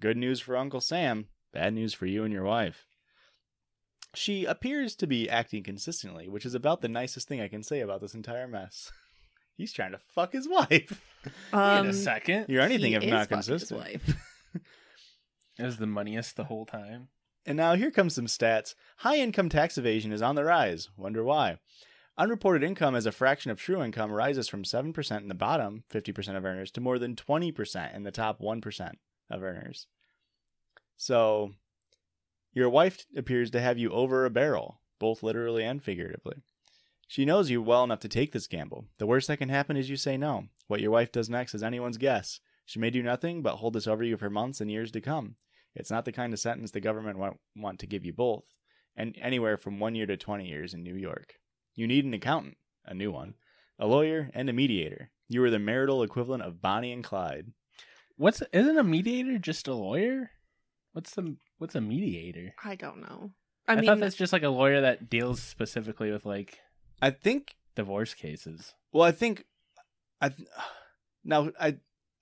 A: Good news for Uncle Sam. Bad news for you and your wife. She appears to be acting consistently, which is about the nicest thing I can say about this entire mess. He's trying to fuck his wife.
E: Um,
C: Wait a second.
A: You're anything
E: he
A: if
E: is
A: not
E: fucking his
A: consistent.
E: wife.
C: It was the moneyest the whole time.
A: And now here comes some stats. High income tax evasion is on the rise. Wonder why. Unreported income as a fraction of true income rises from 7% in the bottom 50% of earners to more than 20% in the top 1% of earners. So your wife appears to have you over a barrel, both literally and figuratively. She knows you well enough to take this gamble. The worst that can happen is you say no. What your wife does next is anyone's guess. She may do nothing but hold this over you for months and years to come. It's not the kind of sentence the government want, want to give you both, and anywhere from one year to 20 years in New York. You need an accountant, a new one, a lawyer, and a mediator. You are the marital equivalent of Bonnie and Clyde.
C: What's isn't a mediator just a lawyer? What's the what's a mediator?
E: I don't know.
C: I,
E: I, mean,
C: thought that's just like a lawyer that deals specifically with like
A: I think
C: divorce cases.
A: Well, I think I th- now I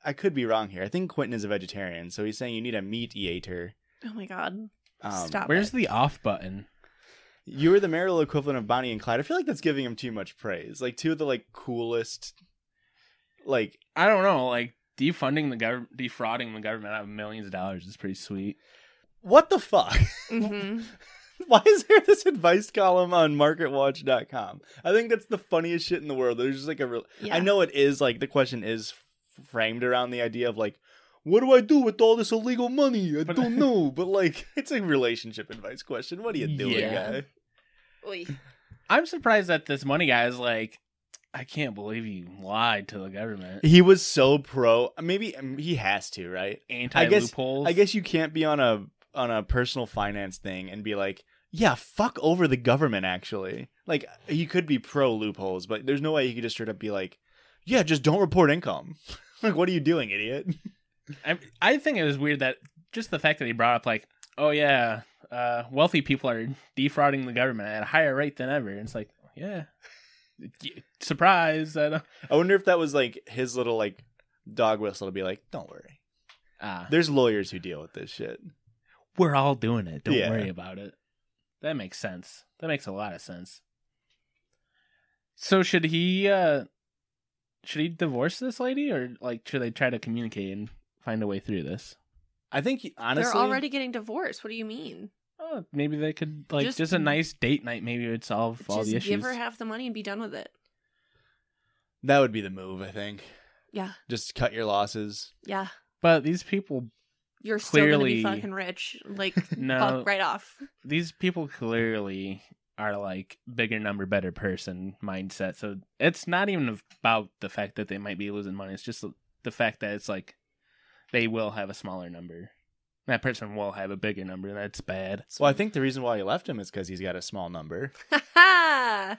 A: I could be wrong here. I think Quentin is a vegetarian, so he's saying you need a meat eater.
E: oh my god,
A: Um,
E: stop.
C: Where's
E: it.
C: the off button?
A: You're the marital equivalent of Bonnie and Clyde. I feel like that's giving him too much praise. Like two of the like coolest, like
C: I don't know. Like defunding the government, defrauding the government out of millions of dollars is pretty sweet.
A: what the fuck?
E: Mhm.
A: Why is there this advice column on MarketWatch.com? I think that's the funniest shit in the world. There's just like a real.
E: Yeah.
A: I know it is like the question is f- framed around the idea of like, what do I do with all this illegal money? I
C: But-
A: don't know, but like it's a relationship advice question. What are you doing,
C: Yeah.
A: guy?
E: Oy.
C: I'm surprised that this money guy is like, I can't believe you lied to the government.
A: He was so pro. Maybe um, he has to, right?
C: Anti
A: guess-
C: loopholes.
A: I guess you can't be on a on a personal finance thing and be like, yeah, fuck over the government. Actually, like he could be pro loopholes, but there's no way he could just straight up be like, yeah, just don't report income. like, what are you doing, idiot?
C: I, I think it was weird that just the fact that he brought up like, oh yeah, uh, wealthy people are defrauding the government at a higher rate than ever. And it's like, yeah, surprise. I don't.
A: I wonder if that was like his little like dog whistle to be like, don't worry,
C: Ah,
A: there's lawyers who deal with this shit.
C: we're all doing it. Don't
A: Yeah.
C: worry about it. That makes sense. That makes a lot of sense. So should he uh should he divorce this lady or like should they try to communicate and find a way through this?
A: I think he- honestly,
E: they're already getting divorced. What do you mean?
C: Oh, maybe they could like just,
E: Just-
C: a nice date night maybe would solve all
E: Just
C: the issues.
E: give her half the money and be done with it.
A: that would be the move. I think
E: Yeah,
A: just cut your losses.
E: yeah.
C: but these people
E: You're still gonna
C: Clearly-
E: be fucking rich. Like,
C: No.
E: fuck right off.
C: these people clearly are like bigger number better person mindset. So it's not even about the fact that they might be losing money. It's just the- the fact that it's like they will have a smaller number. That person will have a bigger number. and That's bad.
A: Well, I think the reason why he left him is because he's got a small number.
E: Ha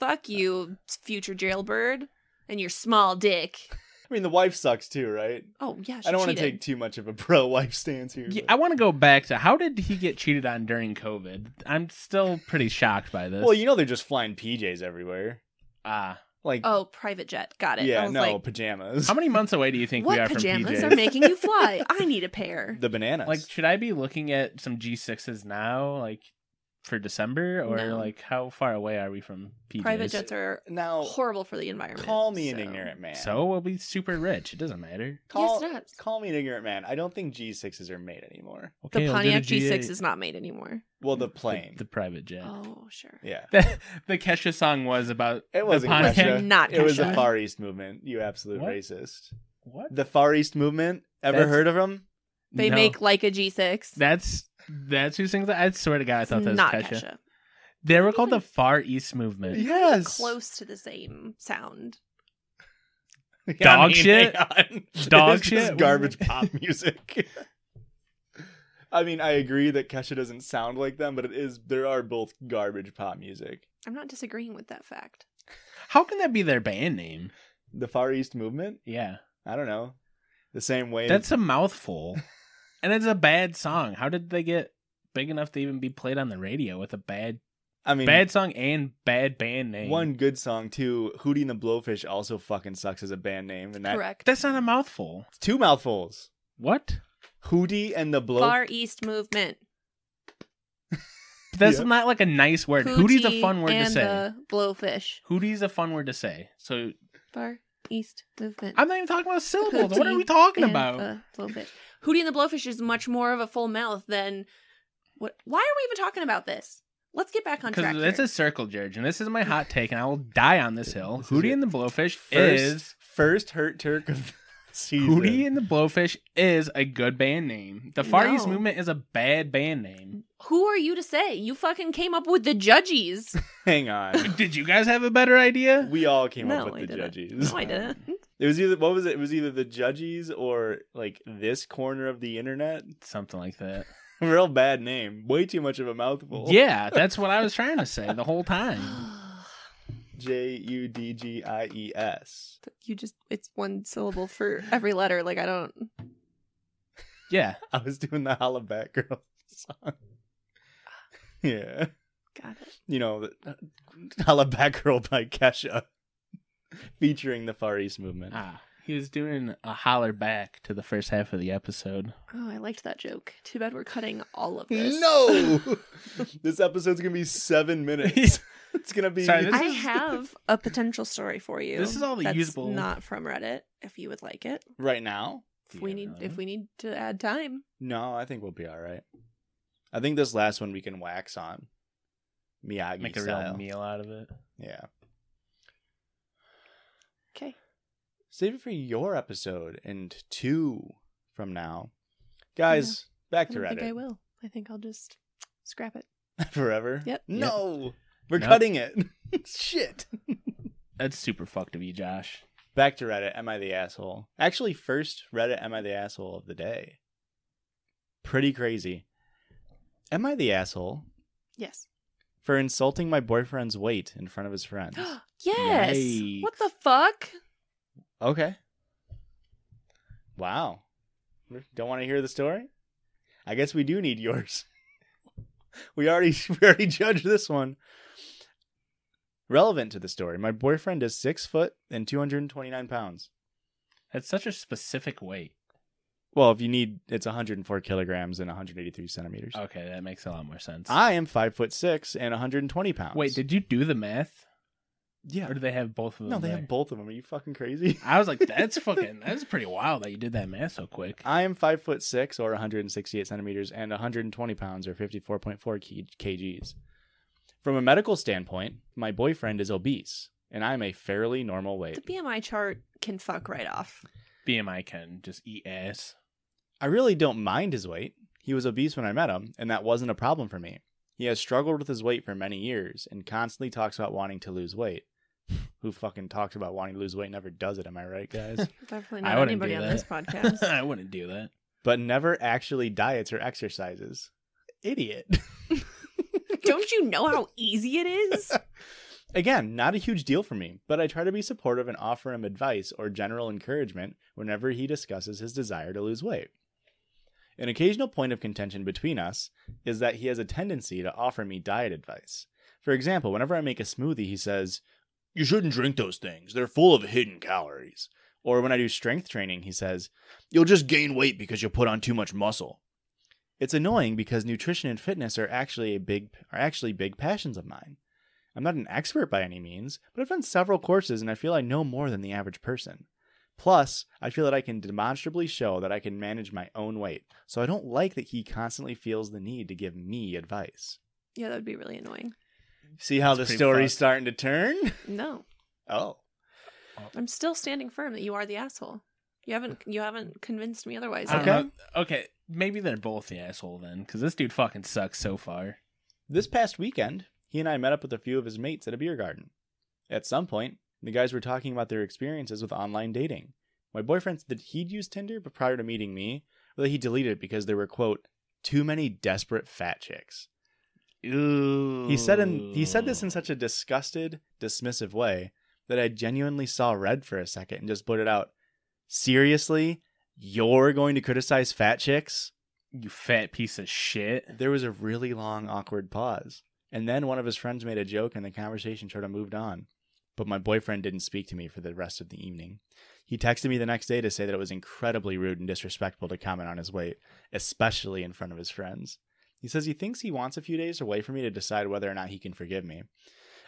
E: Fuck you, future jailbird, and your small dick.
A: I mean, the wife sucks too, right?
E: Oh yeah, she
A: I don't want to
E: cheated.
A: take too much of a pro wife stance here.
C: Yeah,
A: but-
C: I want to go back to how did he get cheated on during COVID? I'm still pretty shocked by this.
A: well, you know they're just flying PJs everywhere.
C: ah,
A: Like,
E: Oh, private jet. Got it. I
A: yeah,
E: was
A: no
E: like,
A: pajamas.
C: how many months away do you think we
E: what
C: are
E: pajamas
C: from
E: are
C: PJs?
E: making you fly? I need a pair.
A: the bananas?
C: Like, should I be looking at some G6s now, like for December, or
E: No.
C: like how far away are we from PJs?
E: Private jets are
A: now,
E: horrible for the environment.
A: call me an
E: so-
A: ignorant man.
C: So we'll be super rich. It doesn't matter.
A: call,
E: Yes, nuts.
A: call me an ignorant man. I don't think G sixes are made anymore.
E: The
C: Okay, I'll do
E: Pontiac
C: the G8.
E: G6 is not made anymore.
A: Well, the
C: The-
A: plane.
C: the, private jet.
E: Oh, sure.
A: yeah,
C: The, the Kesha song was about
A: it wasn't.
C: the Pontiac.
A: Kesha.
E: Not
A: It was the
E: Kesha.
A: Far East movement. You absolute
C: What?
A: racist.
C: What?
A: The Far East movement. Ever
C: That's-
A: heard of them?
E: They
C: No.
E: make like a G6.
C: that's that's who sings that. I swear to God, I thought that was
E: not
C: Kesha. They were called the Far East Movement.
A: Yes.
E: Close to the same sound.
A: Yeah,
C: Dog
A: I mean,
C: shit?
A: hang on.
C: Dog
A: This is
C: shit?
A: garbage pop music. I mean, I agree that Kesha doesn't sound like them, but it is there are both garbage pop music.
E: I'm not disagreeing with that fact.
C: How can that be their band name?
A: The Far East movement?
C: Yeah,
A: I don't know. The same way
C: that's a mouthful, and it's a bad song. How did they get big enough to even be played on the radio with a bad
A: I mean
C: bad song and bad band name?
A: one good song too. Hootie and the Blowfish also fucking sucks as a band name and that
E: Correct.
C: That's not a mouthful.
A: two mouthfuls.
C: What?
A: Hootie and the Blow
E: Far East movement.
C: That's
A: Yeah.
C: not like a nice word. Hootie's a fun word to
E: and
C: say.
E: the blowfish.
C: Hootie's a fun word to say. So
E: Far East movement.
C: I'm not even talking about syllables. what are we
E: Hootie
C: talking
E: and
C: about?
E: the blowfish. Hootie and the Blowfish is much more of a full mouth than what? Why are we even talking about this? Let's get back on track.
C: Because it's
E: here.
C: a circle, George, and this is my hot take, and I will die on this hill.
A: This is
C: Hootie
A: it.
C: and the Blowfish
A: first,
C: is
A: first hurt Turk of season.
C: Hootie and the Blowfish is a good band name. The Far East
E: No.
C: Movement is a bad band name.
E: Who are you to say? You fucking came up with the judges.
A: Hang on.
C: Did you guys have a better idea?
A: We all came
E: No,
A: up with
E: I
A: the
E: didn't.
A: judges.
E: No, I didn't.
A: It was either what was it? It was either the judges or like this corner of the internet.
C: Something like that.
A: Real bad name. Way too much of a mouthful.
C: Yeah, that's what I was trying to say the whole time.
A: J U D G I E S.
E: You just it's one syllable for every letter. Like I don't
C: Yeah.
A: I was doing the Holla Back Girl song. yeah.
E: got it.
A: You know, the- Holla Back Girl by Kesha featuring the Far East Movement.
C: Ah, he was doing a holler back to the first half of the episode.
E: Oh, I liked that joke. Too bad we're cutting all of this.
A: No! this episode's going to be seven minutes. It's going to be.
C: Sorry, this
E: I have a potential story for you.
C: This is all the
E: that's
C: usable-
E: Not from Reddit. If you would like it,
A: right now?
E: if we
C: Yeah,
E: need,
C: really?
E: if we need to add time,
A: No, I think we'll be all right. I think this last one we can wax on. Miyagi
C: Make a
A: style.
C: real meal out of it.
A: Yeah.
E: okay.
A: Save it for your episode and two from now. Guys, back to
E: I don't think I
A: Reddit.
E: will. I think I'll just scrap it.
A: Forever?
E: Yep.
A: No. We're
C: Nope.
A: cutting it. Shit.
C: That's super fucked of you, Josh.
A: Back to Reddit. Am I the asshole? Actually, first Reddit Am I the asshole of the day. Pretty crazy. Am I the asshole
E: Yes.
A: for insulting my boyfriend's weight in front of his friends?
E: yes. What the fuck?
A: Okay. Wow. Don't want to hear the story? I guess we do need yours. we already we already judged this one. Relevant to the story, my boyfriend is six foot and two hundred and twenty nine pounds.
C: That's such a specific weight.
A: Well, if you need, it's one hundred and four kilograms and one hundred eighty three centimeters.
C: Okay, that makes a lot more sense.
A: I am five foot six and one hundred and twenty pounds.
C: Wait, did you do the math?
A: yeah?
C: Or do they have both of them?
A: no, they have
C: there?
A: both of them. Are you fucking crazy?
C: I was like, that's fucking, that's pretty wild that you did that math so quick.
A: I am five foot six or 168 centimeters and 120 pounds or 54.4 kg- kgs. From a medical standpoint, my boyfriend is obese and I'm a fairly normal
E: The
A: weight.
E: BMI chart can fuck right off.
C: BMI can just eat ass.
A: I really don't mind his weight. He was obese when I met him, and that wasn't a problem for me. He has struggled with his weight for many years and constantly talks about wanting to lose weight. Who fucking talks about wanting to lose weight and never does it, am I right, guys?
E: Definitely
C: I
E: not
C: wouldn't
E: anybody
C: do
E: on
C: that.
E: this podcast.
C: I wouldn't do that.
A: but never actually diets or exercises. Idiot.
E: Don't you know how easy it is?
A: Again, not a huge deal for me, but I try to be supportive and offer him advice or general encouragement whenever he discusses his desire to lose weight. An occasional point of contention between us is that he has a tendency to offer me diet advice. For example, whenever I make a smoothie, he says, You shouldn't drink those things, they're full of hidden calories. Or when I do strength training, he says, You'll just gain weight because you'll put on too much muscle. It's annoying because nutrition and fitness are actually a big are actually big passions of mine. I'm not an expert by any means, but I've done several courses and I feel I know more than the average person. Plus, I feel that I can demonstrably show that I can manage my own weight, so I don't like that he constantly feels the need to give me advice.
E: yeah, that would be really annoying.
A: See how
C: That's
A: the
C: pretty
A: story's
C: fucked.
A: starting to turn?
E: No,
A: Oh.
E: I'm still standing firm that you are the asshole. You haven't you haven't convinced me otherwise.
C: I don't
A: Okay.
C: know. Okay. Maybe they're both the asshole then, because this dude fucking sucks so far.
A: This past weekend, he and I met up with a few of his mates at a beer garden. At some point, the guys were talking about their experiences with online dating. My boyfriend said that he'd used Tinder but prior to meeting me, but that he deleted it because there were, quote, too many desperate fat chicks.
C: Ooh.
A: He said in he said
C: Hmm.
A: this in such a disgusted, dismissive way that I genuinely saw red for a second and just blurted out, "Seriously, you're going to criticize fat chicks?"
C: You fat piece of shit.
A: There was a really long awkward pause, and then one of his friends made a joke and the conversation sort of moved on. But my boyfriend didn't speak to me for the rest of the evening. He texted me the next day to say that it was incredibly rude and disrespectful to comment on his weight, especially in front of his friends. He says he thinks he wants a few days away for me to decide whether or not he can forgive me.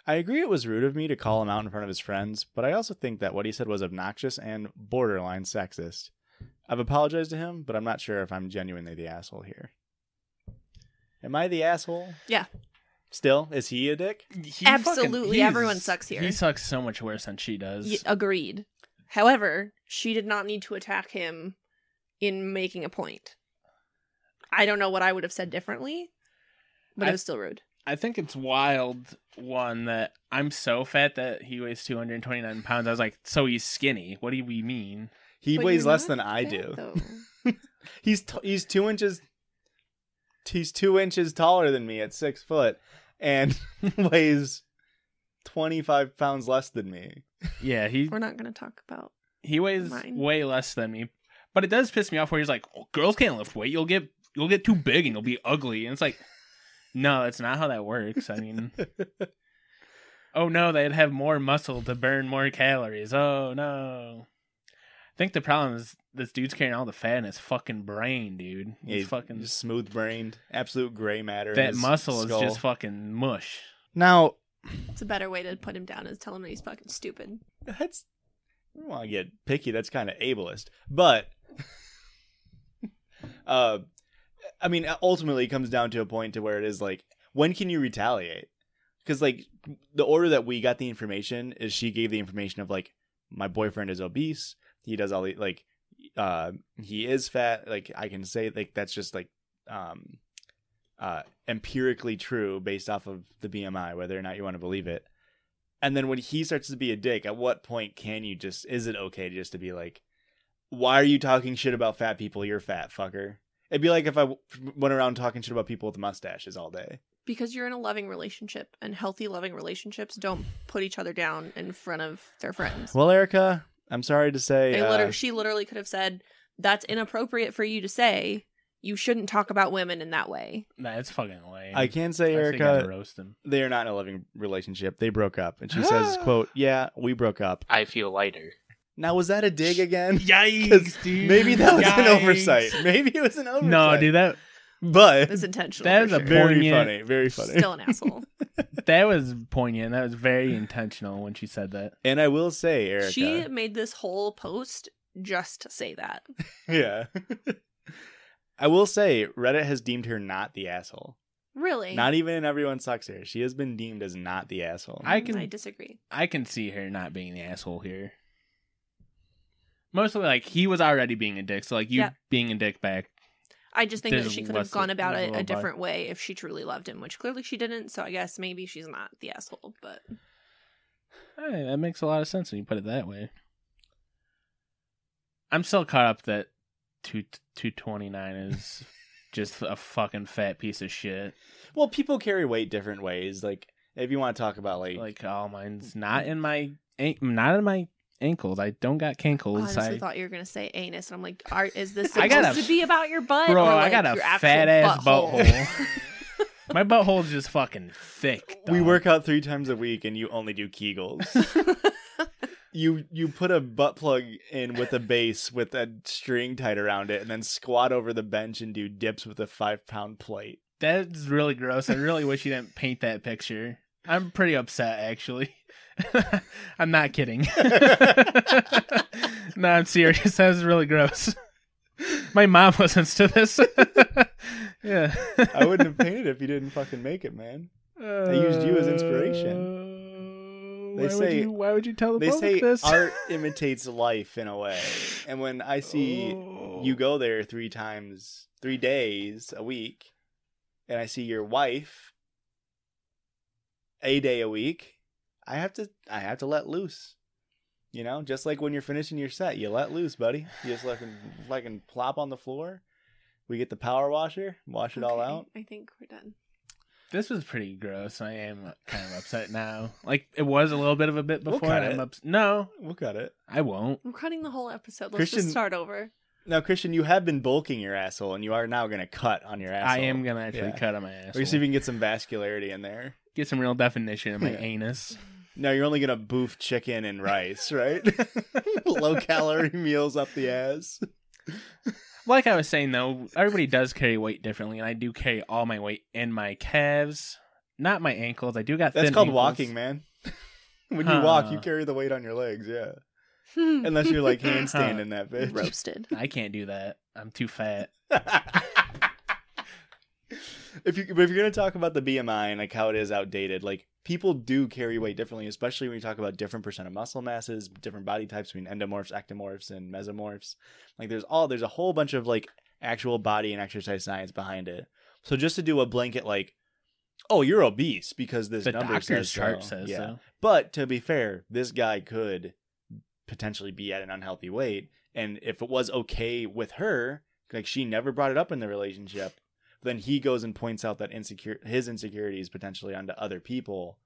A: I agree it was rude of me to call him out in front of his friends, but I also think that what he said was obnoxious and borderline sexist. I've apologized to him, but I'm not sure if I'm genuinely the asshole here. Am I the asshole?
E: Yeah.
A: Still? Is he a dick?
C: He
E: Absolutely,
C: he's-
E: everyone sucks here. uh,
C: He sucks so much worse than she does.
E: Y- agreed. However, she did not need to attack him in making a point. I don't know what I would have said differently, but
C: I-
E: it was still rude.
C: I think it's wild one that I'm so fat that he weighs 229 pounds. I was like, so he's skinny. What do we mean?
A: He
E: But
A: weighs
E: you're
A: less
E: not
A: than I
E: fat,
A: do.
E: though.
A: He's t- he's two inches. He's two inches taller than me at six foot, and weighs twenty five pounds less than me.
C: Yeah, he
E: We're not going to talk about.
C: he weighs
E: Mine.
C: way less than me, but it does piss me off where he's like, oh, girls can't lift weight. You'll get you'll get too big and you'll be ugly. And it's like, no, that's not how that works. I mean, oh no, they'd have more muscle to burn more calories. Oh no. I think the problem is this dude's carrying all the fat in his fucking brain, dude. He's fucking
A: just smooth brained, absolute gray matter. in
C: that
A: his
C: muscle
A: skull.
C: is just fucking mush.
A: now.
E: It's a better way to put him down is tell him that he's fucking stupid.
A: That's I don't want to get picky. That's kind of ableist, but uh, I mean, ultimately, it comes down to a point to where it is like, when can you retaliate? Because like the order that we got the information is she gave the information of like my boyfriend is obese. He does all the like uh he is fat like i can say like that's just like um uh empirically true based off of the bmi whether or not you want to believe it and then when he starts to be a dick at what point can you just is it okay just to be like why are you talking shit about fat people you're fat fucker it'd be like if i w- went around talking shit about people with mustaches all day
E: Because you're in a loving relationship, and healthy, loving relationships don't put each other down in front of their friends.
A: well erica i'm sorry to say
E: They
A: uh,
E: liter- she literally could have said, "That's inappropriate for you to say. You shouldn't talk about women in that way."
C: That's fucking lame.
A: i can say
C: I think I'd
A: erica
C: roast him.
A: they are not in a loving relationship they broke up and she says quote yeah we broke up
F: I feel lighter.
A: Now was that a dig again? 'Cause
C: Yikes, dude.
A: Maybe that was an
C: Yikes.
A: oversight. Maybe it was an oversight.
C: No, dude, that
A: But
E: It was intentional.
C: That
E: for
C: is a
E: sure.
A: very
C: poignant-
A: funny. Very funny.
E: Still an asshole.
C: that was poignant. That was very intentional when she said that.
A: and I will say, Erica.
E: She made this whole post just to say that.
A: Yeah. I will say, Reddit has deemed her not the asshole.
E: Really?
A: Not even in Everyone Sucks here. She has been deemed as not the asshole.
C: I can-
E: Mm, I disagree.
C: I can see her not being the asshole here. Mostly, like he was already being a dick, so like you
E: Yep.
C: being a dick back.
E: I just think that
C: There's
E: she could have
C: less-
E: gone about
C: there's a
E: it
C: little
E: a
C: bi-
E: different way if she truly loved him, which clearly she didn't. So I guess maybe she's not the asshole. But
C: Hey, that makes a lot of sense when you put it that way. I'm still caught up that two two twenty nine is just a fucking fat piece of shit.
A: Well, people carry weight different ways. Like, if you want to talk about, like,
C: Like, oh, mine's
E: Mm,
C: not in my an- not in my ankles. I don't got
E: I
C: cankles.
E: honestly
C: I,
E: thought you were gonna say anus, and I'm like, Art, is this
C: I
E: supposed
C: got a-
E: to be about your butt?
C: bro,
E: or,
C: I
E: like,
C: got a
E: your actual
C: fat ass
E: butthole?
C: butthole. my butthole's just fucking thick.
A: we
C: dog.
A: work out three times a week and you only do Kegels. you you put a butt plug in with a base with a string tied around it, and then squat over the bench and do dips with a five pound plate.
C: That's really gross. I really wish you didn't paint that picture. I'm pretty upset, actually. I'm not kidding. no, I'm serious. That was really gross. My mom listens to this. yeah.
A: I wouldn't have painted it if you didn't fucking make it, man. used you as inspiration.
C: Uh,
A: They
C: why would
A: say-
C: you, why would you tell the
A: They
C: public
A: say
C: this?
A: art imitates life in a way, and when I see
C: Oh.
A: you go there three times, three days a week, and I see your wife a day a week, I have to I have to let loose. You know, just like when you're finishing your set, you let loose, buddy. You just fucking fucking plop on the floor. We get the power washer, wash it all
E: Okay,
A: out.
E: I think we're done.
C: This was pretty gross. I am kind of upset now. Like it was a little bit of a bit
A: We'll
C: before.
A: cut
C: I'm
A: it.
C: ups- No,
A: We'll cut it.
C: I won't.
E: I'm cutting the whole episode. Let's
A: Christian-
E: just start over.
A: Now, Christian, you have been bulking your asshole, and you are now going to cut on your asshole.
C: I am gonna actually
A: Yeah.
C: cut on my ass.
A: We're gonna see if you can get some vascularity in there.
C: get some real definition in my
A: Yeah.
C: anus.
A: No, you're only gonna boof chicken and rice, right? Low calorie meals up the ass.
C: Like I was saying though, everybody does carry weight differently, and I do carry all my weight in my calves, not my ankles. I do got
A: That's
C: thin
A: called
C: ankles.
A: walking, man. when you walk, you
C: Huh.
A: carry the weight on your legs, yeah. Unless you're like handstand in that bitch.
E: Roasted.
C: I can't do that. I'm too fat.
A: if you but if you're gonna talk about the BMI and like how it is outdated, like people do carry weight differently, especially when you talk about different percent of muscle masses, different body types between endomorphs, ectomorphs, and mesomorphs. Like there's all there's a whole bunch of like actual body and exercise science behind it. So just to do a blanket like, oh, you're obese because this
C: The
A: number
C: doctor's
A: says
C: chart
A: so.
C: says
A: yeah.
C: so.
A: But to be fair, this guy could potentially be at an unhealthy weight. And if it was okay with her, like she never brought it up in the relationship, then he goes and points out that insecure his insecurities potentially onto other people.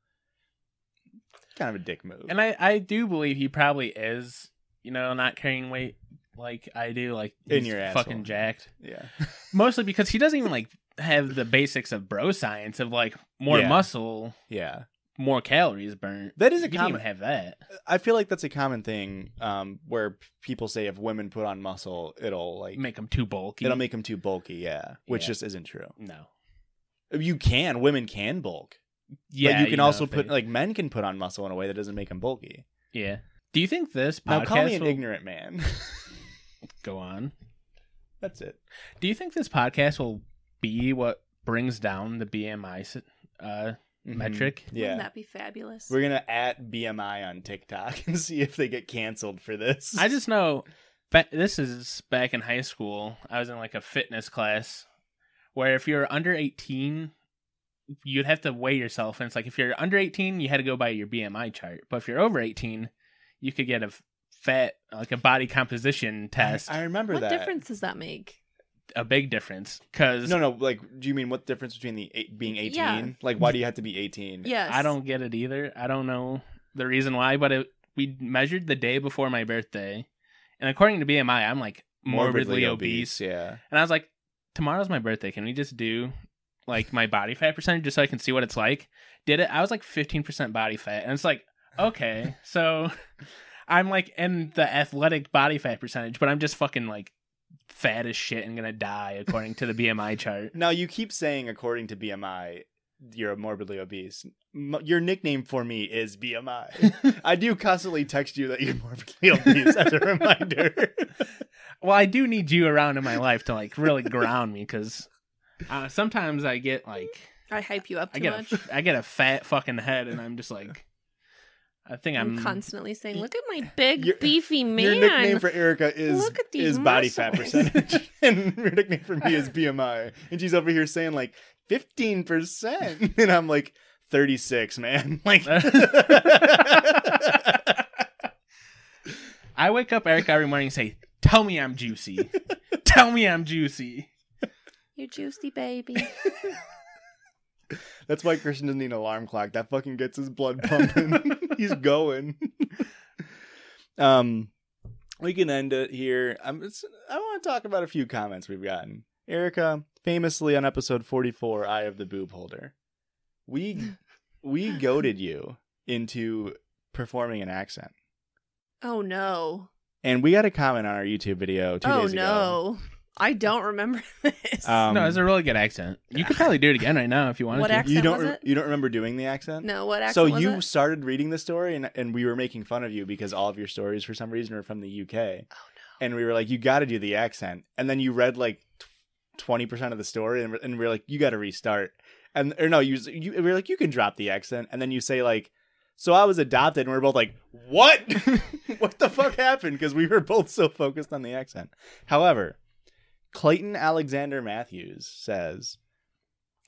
A: Kind of a dick move.
C: And I, I do believe he probably is, you know, not carrying weight like I do, like
A: In
C: he's
A: your asshole.
C: fucking jacked.
A: yeah.
C: Mostly because he doesn't even like have the basics of bro science of like more
A: Yeah.
C: muscle,
A: Yeah.
C: more calories burnt.
A: That is a
C: he didn't even
A: common-
C: have that.
A: I feel like that's a common thing um, where p- people say if women put on muscle, it'll like
C: Make him too bulky.
A: it'll make them too bulky. Yeah, which
C: Yeah.
A: just isn't true.
C: no.
A: You can women can bulk.
C: Yeah,
A: but you can
C: know,
A: also
C: if
A: put
C: they-
A: like men can put on muscle in a way that doesn't make them bulky.
C: yeah. Do you think this podcast
A: Now call me an
C: will
A: ignorant man.
C: go on?
A: That's it.
C: Do you think this podcast will be what brings down the BMI s- uh,
A: Mhm.
C: metric?
A: Yeah,
E: Wouldn't that be fabulous?
A: we're gonna at BMI on TikTok and see if they get canceled for this.
C: I just know ba- this is back in high school. I was in like a fitness class where if you're under 18, you'd have to weigh yourself. And it's like if you're under 18, you had to go by your BMI chart. But if you're over 18, you could get a f- fat, like a body composition
A: I,
C: test.
A: I remember
E: what
A: that.
E: difference does that make?
C: a big difference because
A: No, no. Like, do you mean what difference between the eight, being eighteen?
E: Yeah.
A: Like, why do you have to be eighteen?
E: Yes.
C: I don't get it either. I don't know the reason why, but it, we measured the day before my birthday. And according to BMI, I'm like morbidly, obese.
A: Yeah.
C: And I was like, tomorrow's my birthday. Can we just do like my body fat percentage just so I can see what it's like? Did it? I was like 15% body fat. And it's like, okay. so I'm like in the athletic body fat percentage, but I'm just fucking like fat as shit and gonna die according to the BMI chart.
A: Now you keep saying according to BMI, you're morbidly obese. M- your nickname for me is BMI. I do constantly text you that you're morbidly obese as a reminder.
C: Well, I do need you around in my life to like really ground me because uh, sometimes I get like,
E: I hype you up
C: I
E: too
C: get,
E: much.
C: a, I get a fat fucking head and I'm just like, I think
E: I'm,
C: I'm,
E: constantly saying, "Look at my big
A: Your-
E: beefy man."
A: Your nickname for Erica is
E: Look at these
A: is body fat
E: muscles.
A: percentage, and your nickname for me is BMI. And she's over here saying like fifteen percent, and I'm like thirty six, man. Like,
C: I wake up Eric every morning and say, "Tell me I'm juicy. Tell me I'm juicy."
E: You're juicy, baby.
A: that's why Christian doesn't need an alarm clock. That fucking gets his blood pumping. He's going. um, we can end it here. I'm. It's, I want to talk about a few comments we've gotten. Erica, famously on episode 44, "Eye of the Boob Holder," we we goaded you into performing an accent,
E: oh no!
A: and we got a comment on our YouTube video two
E: Oh
A: days ago.
E: no! I don't remember this.
A: Um,
C: no, it's a really good accent. You could probably do it again right now if you wanted
E: What
C: to.
E: ac-
A: you
E: accent
A: don't
E: was
A: re-
E: it?
A: you don't remember doing the accent?
E: no, what accent
A: so
E: was
A: you
E: it?
A: started reading the story and, and we were making fun of you because all of your stories for some reason were from the uk oh, no. and we were like you got to do the accent and then you read like tw- 20% of the story and, we're- and we are like you got to restart and or no you, s- you we were like you can drop the accent and then you say like so i was adopted and we are both like what what the fuck happened because we were both so focused on the accent however clayton alexander matthews says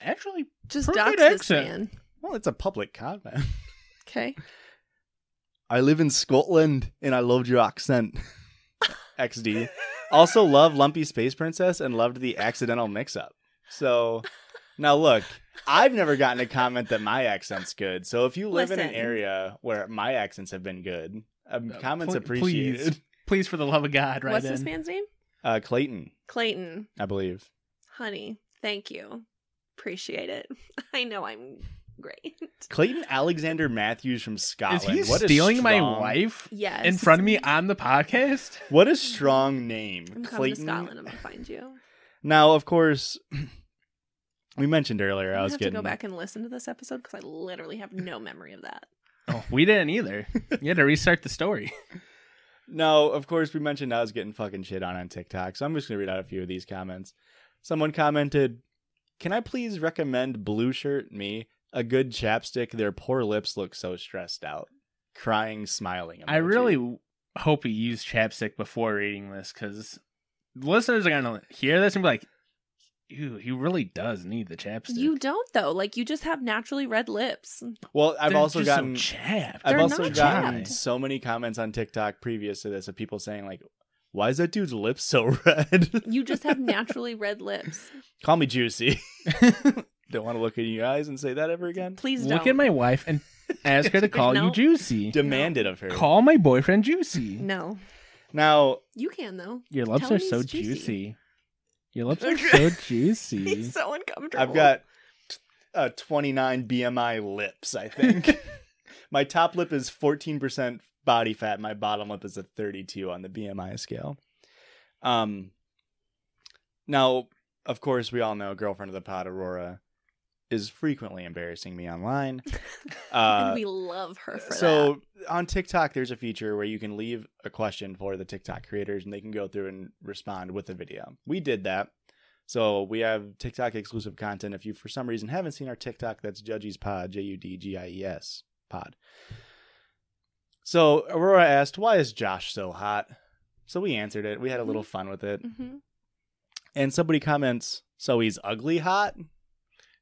C: Actually,
E: just
C: perfect
E: dox this
C: accent.
E: man.
A: well it's a public comment
E: Okay.
A: I live in Scotland and I loved your accent. XD. Also love Lumpy Space Princess and loved the accidental mix up. So now look, I've never gotten a comment that my accent's good. So if you live in an
E: Listen. Uh,
A: area where my accents have been good, um, comments
C: Uh, pl-
A: appreciated.
C: Please, please, for the love of God, right
E: What's
C: in.
E: this man's name?
A: Uh, Clayton,
E: Clayton.
A: I believe.
E: Honey, thank you. Appreciate it. I know I'm great.
A: Clayton Alexander Matthews from Scotland.
C: Is he
A: What a
C: stealing my
A: strong-
C: wife
E: Yes.
C: in front of me on the podcast?
A: What a strong name.
E: I'm coming to
A: Clayton
E: Scotland. I'm gonna find you.
A: Now, of course, we mentioned earlier
E: I
A: I
E: am
A: was
E: have
A: getting
E: to go back and listen to this episode because I literally have no memory of that.
C: Oh, we didn't either. You had to restart the story.
A: No, of course we mentioned I was getting fucking shit on on TikTok, so I'm just gonna read out a few of these comments. Someone commented, "Can I please recommend Blue Shirt me? a good chapstick, their poor lips look so stressed out. Crying, smiling.
C: I
A: emoji.
C: really w- hope he used chapstick before reading this because listeners are gonna hear this and be like, "Ew, he really does need the chapstick."
E: You don't though. Like you just have naturally red lips.
A: Well, I've
C: They're
A: also
C: just so
A: gotten
C: chapped.
A: I've
E: They're
A: also
E: not
A: gotten
E: chapped.
A: so many comments on TikTok previous to this of people saying like, "Why is that dude's lips so red?"
E: You just have naturally red lips.
A: Call me juicy. Don't want to look in your eyes and say that ever again.
E: Please don't.
C: Look at my wife and ask her to call you
E: No.
C: juicy.
A: Demanded of her.
C: Call my boyfriend juicy.
E: No,
A: Now,
E: you can though.
C: Your lips
E: Tell
C: are
E: him
C: so
E: he's
C: juicy.
E: juicy.
C: Your lips are so
E: Okay.
C: juicy.
E: He's so uncomfortable.
A: Mm-hmm. I've got t- uh, 29 BMI lips, I think. my top lip is 14% body fat. My bottom lip is a 32 on the BMI scale. Um, now, of course, we all know girlfriend of the pod, Aurora, is frequently embarrassing me online.
E: and
A: Uh,
E: we love her for
A: so on TikTok, there's a feature where you can leave a question for the TikTok creators, and they can go through and respond with a video. We did that, so we have TikTok exclusive content. If you, for some reason, haven't seen our TikTok, that's Judges Pod, J U D G I E S Pod. So Aurora asked, "Why is Josh so hot?" So we answered it. We had a little fun with it,
E: that. hmm
A: and somebody comments, "So he's ugly hot,"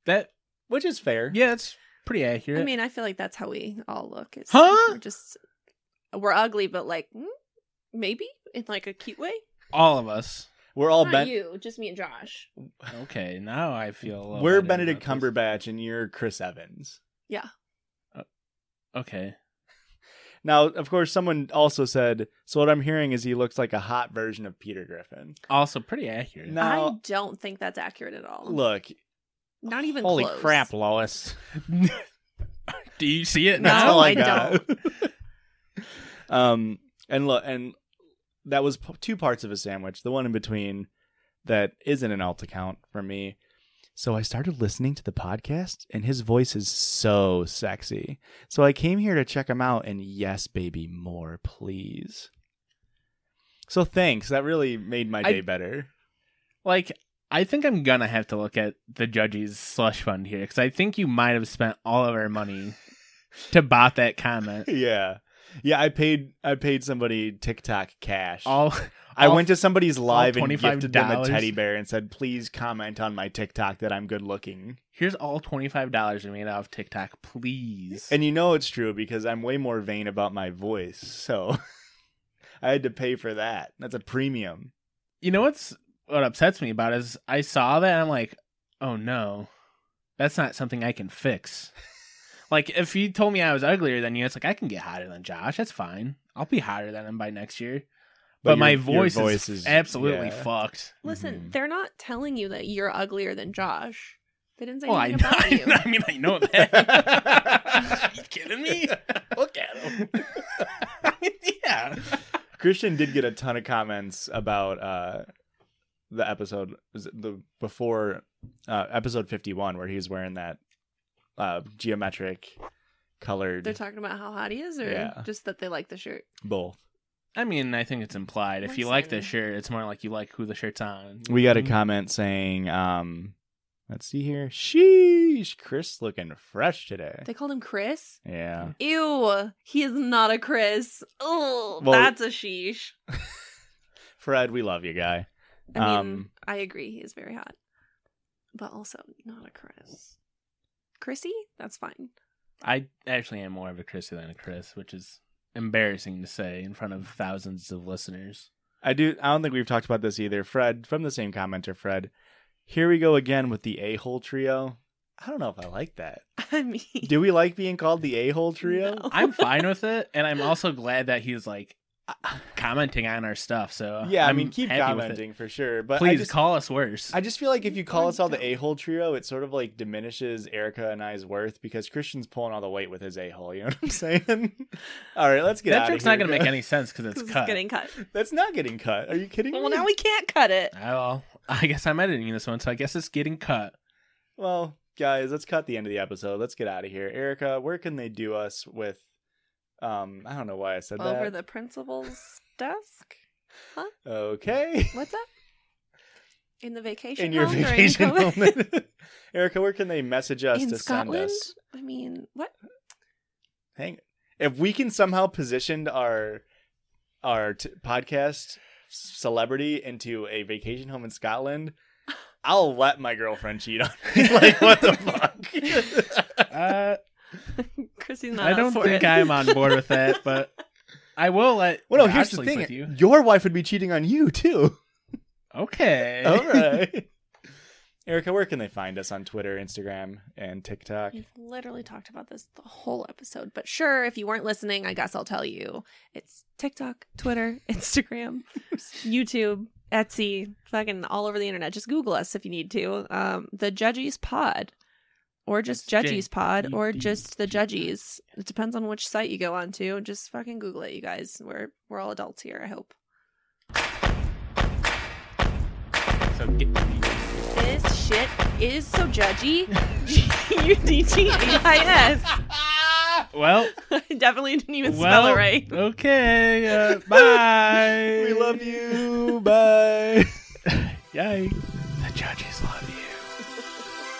C: That
A: which is fair.
C: yeah, that's pretty accurate.
E: I mean, I feel like that's how we all look. Is
C: Huh?
E: We're just we're ugly, but like mm, maybe in like a cute way.
C: all of us.
A: we're all
E: Not
A: bent.
E: you, just me and Josh.
C: Okay, now I feel. a little
A: We're
C: better
A: Benedict
C: about this.
A: Cumberbatch, and you're Chris Evans.
C: Okay,
A: Now, of course, someone also said, so what I'm hearing is he looks like a hot version of Peter Griffin.
C: also pretty accurate.
E: I
A: Now,
E: don't think that's accurate at all.
A: look.
E: Not even
A: Holy
E: close.
A: crap, Lois.
C: Do you see it
E: No,
A: That's
C: now?
A: all I,
E: I
A: got. um, and look, and that was p- two parts of a sandwich. The one in between that isn't an alt account for me. So I started listening to the podcast, and his voice is so sexy. So I came here to check him out, and yes, baby, more, please. So thanks. That really made my
C: I-
A: day better.
C: Like, I think I'm gonna have to look at the judges slush fund here because I think you might have spent all of our money to bot that comment.
A: yeah yeah i paid i paid somebody tiktok cash
C: All
A: i
C: all-
A: went to somebody's live and
C: $25.
A: gifted them a teddy bear and said please comment on my tiktok that i'm good looking
C: here's all twenty five dollars we made off TikTok, please.
A: and you know it's true because i'm way more vain about my voice so i had to pay for that that's a premium
C: you know what's what upsets me about it is I saw that and I'm like, oh no, that's not something I can fix. like if you told me I was uglier than you, it's like I can get hotter than Josh. That's fine. I'll be hotter than him by next year. But,
A: But
C: my
A: your- your
C: voice,
A: voice
C: is,
A: is-
C: absolutely
A: yeah.
C: fucked.
E: Listen,
A: Mhm.
E: they're not telling you that you're uglier than Josh. They didn't say
A: Oh,
C: Well, Oh, I, know,
E: anything about you.
C: I mean, I know that. you kidding me? Look at him. yeah.
A: christian did get a ton of comments about uh the episode was it the before uh episode 51 where he was wearing that uh geometric colored
E: They're talking about how hot he is, or
A: Yeah.
E: just that they like the shirt.
A: both
C: I mean, I think it's implied. If you like the
E: Listen.
C: shirt, it's more like you like who the shirt's on.
A: We got a comment saying, um, let's see here. Sheesh, Chris looking fresh today.
E: They called him Chris.
A: Yeah.
E: Ew, he is not a Chris. Oh,
A: Well-
E: that's a sheesh.
A: Fred, we love you, guy.
E: I mean,
A: Um,
E: I agree. He is very hot, but also not a Chris. Chrissy, that's fine.
C: I actually am more of a Chris than a Chris, which is embarrassing to say in front of thousands of listeners.
A: I do I don't think we've talked about this either. Fred, from the same commenter, Fred. Here we go again with the a hole trio. I don't know if I like that.
E: I mean,
A: Do we like being called the a hole trio?
E: no.
C: I'm fine with it, and I'm also glad that he's like commenting on our stuff. So
A: Yeah, i
C: I'm
A: mean, keep
C: happy with it.
A: commenting for sure. But I
C: Please
A: just-
C: call us worse.
A: I just feel like if you call us all the
E: Don't.
A: a hole trio, it sort of like diminishes Erica and I's worth because Christian's pulling all the weight with his a hole. You know what I'm saying? all right, let's get
C: that
A: out
C: joke's
A: of here.
C: not gonna make
A: guys.
C: any sense because it's
E: 'Cause
C: cut.
E: getting cut.
A: That's not getting cut. Are you kidding
E: Well,
A: me?
E: now we can't cut it.
C: I, well, I guess I'm editing this one, so I guess it's getting cut.
A: Well, guys, let's cut the end of the episode. Let's get out of here. Erica, where can they do us with? Um, I don't know why I said
E: Over
A: that.
E: the principal's desk.
A: Okay.
E: What's up? In the vacation
A: In your
E: home during
A: vacation
E: COVID?
A: moment, Erica, where can they message us
E: In
A: to send
E: Scotland?
A: us?
B: I mean, what?
A: Hang If we can somehow position our our t- podcast celebrity into a vacation home in Scotland, I'll let my girlfriend cheat on me. like what the fuck?
C: Uh,
E: Chrissy's not.
C: I
E: up
C: don't
E: for
C: think
E: it.
C: I'm on board with that, but I will let.
A: well, no,
C: Josh
A: here's the
C: sleep
A: thing.
C: With you.
A: Your wife would be cheating on you too.
C: Okay.
A: All right. Erica, where can they find us on Twitter, Instagram, and TikTok?
E: We've literally talked about this the whole episode, but sure, if you weren't listening, I guess I'll tell you. It's TikTok, Twitter, Instagram, YouTube, Etsy, fucking all over the internet. Just Google us if you need to. Um, the Judgies Pod, or just
C: That's
E: Judgies Pod,
C: J
E: or
C: E D
E: just the
C: G.
E: Judgies. It depends on which site you go on to. Just fucking Google it, you guys. We're we're all adults here. I hope.
C: So get to the-
E: This shit is so judgy. G U D G E I S.
C: Well,
E: I definitely didn't even spell
C: well,
E: it right.
C: okay. Uh, bye.
A: We love you. Bye.
C: Yikes. The judges love you.